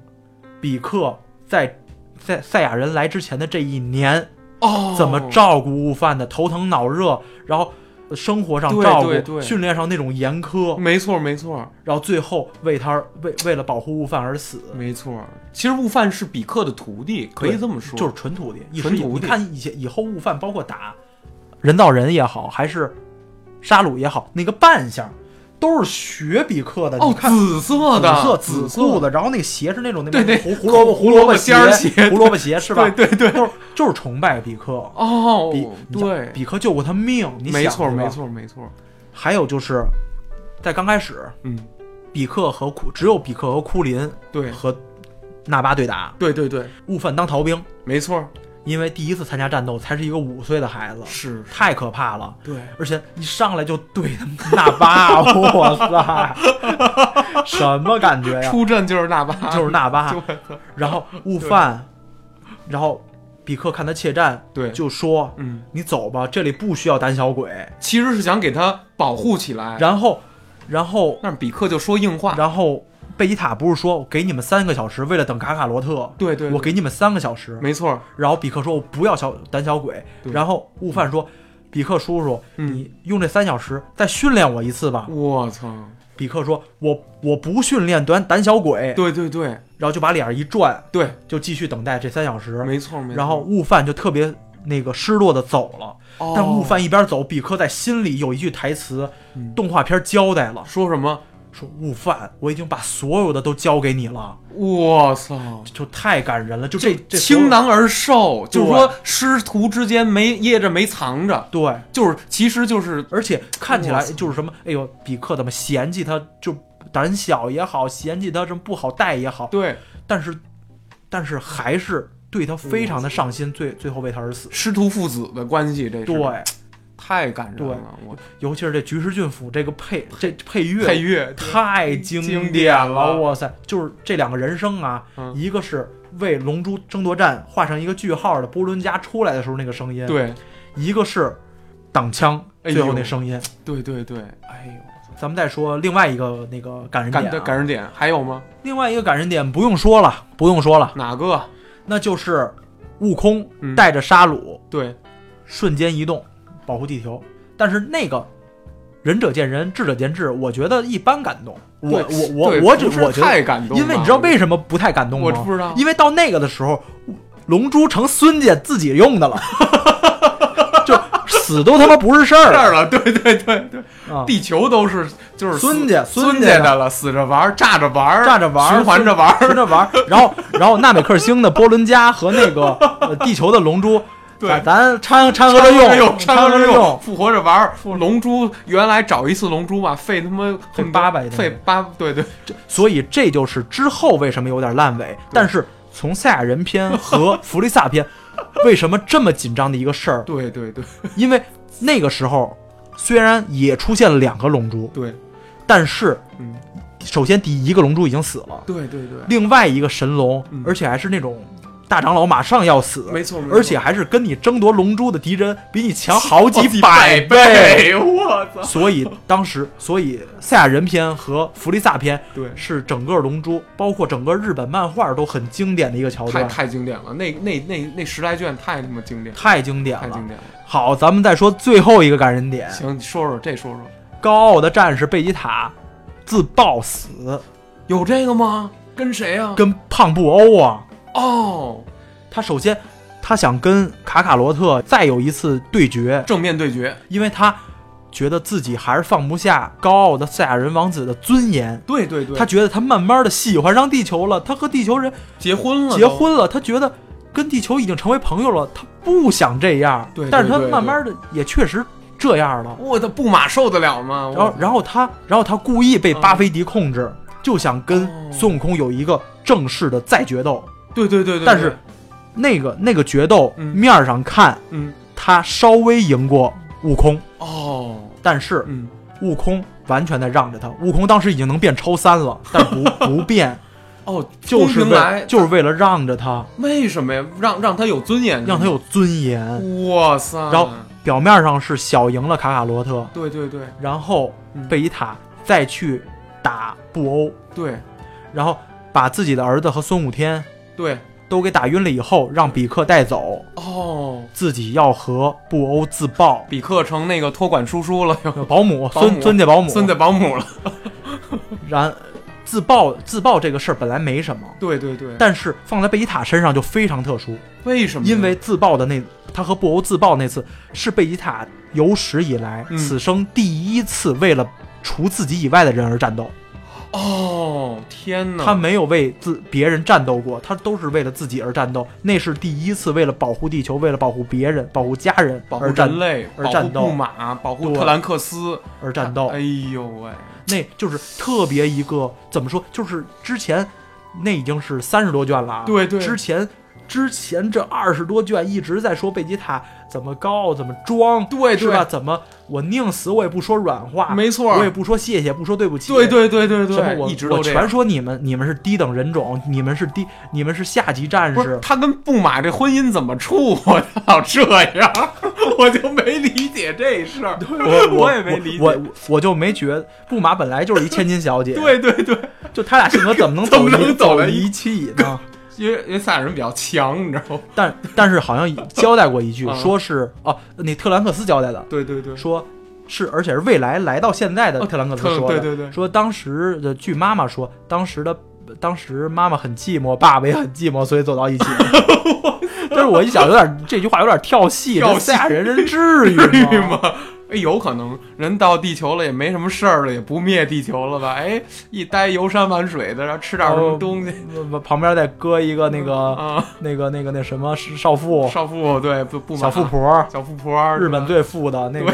比克在在赛亚人来之前的这一年哦，怎么照顾悟饭的，头疼脑热，然后生活上照顾，对对对嗯训练上那种严苛，没错，没错，然后最后为他为为了保护悟饭而死。没错。其实悟饭是比克的徒弟，可以对这么说。就是纯徒弟，一纯时也徒弟你看以前以后悟饭，包括打人造人也好，还是杀戮也好，那个扮相都是学比克的。哦你，看紫色的，紫色紫裤子，然后那个鞋是那种那对种对胡胡萝卜胡胡萝萝卜卜尖儿鞋胡萝卜鞋是吧？对对对就是就是崇拜比克。哦比，你想对，比克救过他命，你想没错，对吧没。错，没错。还有就是，在刚开始，嗯，比克和库只有比克和库林对，和纳巴对打，对对对，悟饭当逃兵，没错，因为第一次参加战斗才是一个五岁的孩子，是，是太可怕了。对，而且一上来就对他们纳巴，哇塞，什么感觉呀？出阵就是大巴， 就是纳 巴，就然后悟饭，然后比克看他怯战，对就说嗯，：“哎你走吧，这里不需要胆小鬼。其实是想给他保护起”来。然后，然后，但是比克就说硬话，然后贝吉塔不是说我给你们三个小时，为了等卡卡罗特，对对对我给你们三个小时。没错，然后比克说：“我不要小胆小鬼。”对然后悟饭说：“比克叔叔，嗯你用这三小时再训练我一次吧。”我操，比克说：“我我不训练胆胆小鬼。”对对对然后就把脸儿一转，对，就继续等待这三小时。没错没错。然后悟饭就特别那个失落的走了。哦，但悟饭一边走，比克在心里有一句台词，嗯动画片交代了，说什么？说悟饭，我已经把所有的都交给你了，我操！就太感人了。就这这所有倾囊而授，就是对说师徒之间没掖着没藏着，对，就是其实就是而且看起哇来塞就是什么，哎呦，比克怎么嫌弃他就胆小也好，嫌弃他这么不好带也好，对但是但是还是对他非常的上心，最最后为他而死。师徒父子的关系，这是对，太感人对了，我尤其是这菊石俊辅这个配这配乐配乐太经经典典了，了哇塞！就是这两个人生啊，嗯一个是为《龙珠争夺战》画上一个句号的波伦加出来的时候那个声音，，对一个是挡枪哎呦最后那声音。对对对，哎咱们再说另外一个那个感呦，人点、感啊，的感人点还有吗？另外一个感人点不用说了，不用说了，哪个？那就是悟空嗯带着沙鲁对瞬间移动保护地球，但是那个仁者见仁，智者见智，我觉得一般感动。我我我对我只不是我觉太得，感动了，因为你知道为什么不太感动吗？我不知道因为到那个的时候，龙珠成孙家自己用的了， 就死都他妈不 是事儿这了。儿了，对对对对，啊地球都是就是孙家孙孙家的了，死着玩儿，炸着玩儿，炸着玩儿，循环着玩循儿，着玩儿。然后，然后纳美克星的波伦加和那个、呃地球的龙珠， 对把咱掺掺和掺着和着用，掺掺和着着用。复活着玩儿。龙珠原来找一次龙珠吧，费他妈费800费八，对对，所以这就是之后为什么有点烂尾。但是从赛亚人篇和弗利萨篇，为什么这么紧张的一个事儿？对对对因为那个时候虽然也出现了两个龙珠，对，但是嗯，首先第一个龙珠已经死了，对对对，另外一个神龙嗯，而且还是那种大长老马上要死，没错没错而且还是跟你争夺龙珠的敌人比你强好几百百倍。， 我操！所以当时，所以赛亚人篇和弗利萨篇对是整个龙珠，包括整个日本漫画都很经典的一个桥太段，太经典了，那那那那时代卷太他妈经典，太经典太了经。典了。好，咱们再说最后一个感人点，行，你说说这，说说高傲的战士贝吉塔自爆死，有这个吗？跟谁啊？跟胖布欧啊，哦，他首先他想跟卡卡罗特再有一次对决，正面对决，因为他觉得自己还是放不下高傲的赛亚人王子的尊严。对对对，他觉得他慢慢的喜欢上地球了，他和地球人结婚了，结，婚了，他觉得跟地球已经成为朋友了，他不想这样。对对但是他对对慢慢的也确实这样了。我的布马受得了吗？然后，然后他，然后他故意被巴菲迪控制，就想跟哦孙悟空有一个正式的再决斗。后，对对对对，但是那个那个决斗、嗯面儿上看，对，嗯，他稍微赢过悟空，哦，但是嗯，悟空完全在让着他。悟空当时已经能变超 三了，但不不变，哦，就是明白为，就是为了让着他，为什么呀？让让他有尊严，让他有尊严。有，哇塞，然后表面上是小赢了卡卡罗特，对对对然后嗯贝吉塔再去打布欧，对然后把自己的儿子和孙悟天对，都给打晕了以后，让比克带走，哦，自己要和布欧自爆。比克成那个托管叔叔 了，又保姆保姆孙孙家保姆，孙子保姆了，然自爆自爆这个事儿本来没什么，对对对，但是放在贝吉塔身上就非常特殊，为什么呀？因为自爆的那他和布欧自爆那次是贝吉塔有史以来、嗯此生第一次为了除自己以外的人而战斗，哦，天哪，他没有为自别人战斗过，他都是为了自己而战斗，那是第一次为了保护地球、为了保护别人、保护家人保护而战人类，而保护战斗布马，保护对特兰克斯而战斗哎，呦喂，那就是特别一个怎么说，就是之前那已经是三十多卷了啊，对对之前。之前这二十多卷一直在说贝吉塔怎么高傲，怎么装，对对是吧？怎么我宁死我也不说软话，没错我也不说谢谢，不说对不起，对对对对什么我对，一直都我这全样。说你们，你们是低等人种，你们是低，你们是下级战不是士，他跟布马这婚姻怎么处？我操，这样 我就没理解这事 儿，我我也没理我解。我我就没觉得布玛本来就是一千金小姐，， 对对对，就他俩性格怎么能 怎么走一能走了一一起呢？因为因为赛亚人比较强，你知道吗？但但是好像交代过一句啊，说是哦，那特兰克斯交代的，对对对，说是而且是未来来到现在的哦特兰克斯特说的，对对对说当时的据妈妈说，当时的当时妈妈很寂寞，爸爸也很寂寞，所以走 到一起。但是我一想，有点这句话有点跳戏，跳这戏吓人，人至于至于 吗？哎，有可能人到地球了也没什么事儿了，也不灭地球了吧？哎，一待游山玩水的，然后吃点什么东西呃不旁边再搁一个那个、啊，那个、那个、那什么少妇、少妇对不不哦满小啊富婆，小富婆，日本对吧最富的那个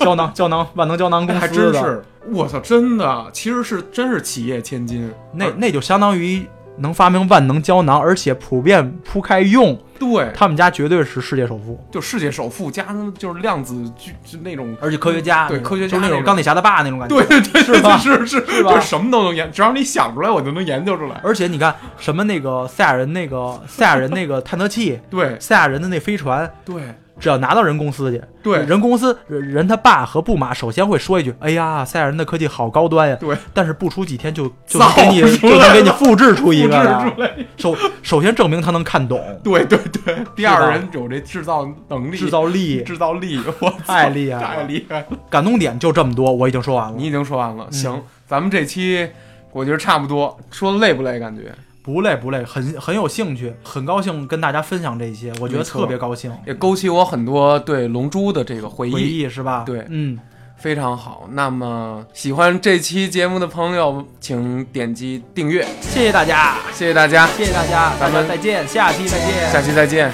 胶囊、胶囊万能胶囊公哎司还真的是，我操，真的，其实是真是企业千金，啊那而那就相当于能发明万能胶囊，而且普遍铺开用，对，他们家绝对是世界首富。就世界首富加上就是量子巨就那 种，而且科学家，对那种科学家就是那那种种钢铁侠的爸那种感觉。对，对对，是吧是是是吧就什么都能研，只要你想出来，我就能研究出来。而且你看什么那个赛亚人那个赛亚人那个探测器，对赛亚人的那飞船，对，只要拿到人公司去，对人公司人人他爸和布马首先会说一句：“哎呀，赛亚人的科技好高端呀。”对，但是不出几天就就造能给你出就来能给你了复制出一个啊复制来出来首首先证明他能看懂，对对对，第是二吧人有这制造能力，制造力制造 力，我操太厉害了太厉害了！嗯感动点就这么多，我已经说完了。你已经说完了，行，咱们这期我觉得差不多，说的累不累？感觉不累不累，很很有兴趣，很高兴跟大家分享这些，我觉得没错特别高兴，也勾起我很多对《龙珠》的这个回回忆，忆是吧？对嗯，非常好。那么喜欢这期节目的朋友，请点击订阅，谢谢大家，谢谢大家，谢谢大家，咱们大家再见，下期再见。下期再见。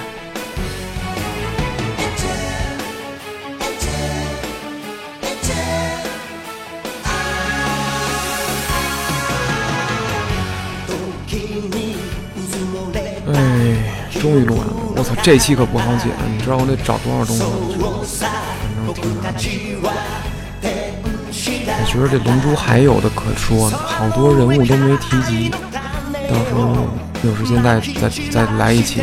哎，终于录完了！我操，这期可不好剪，你知道我得找多少东西吗？反正挺难的。我觉得这《龙珠》还有的可说呢，好多人物都没提及，到时候有时间再再再来一期。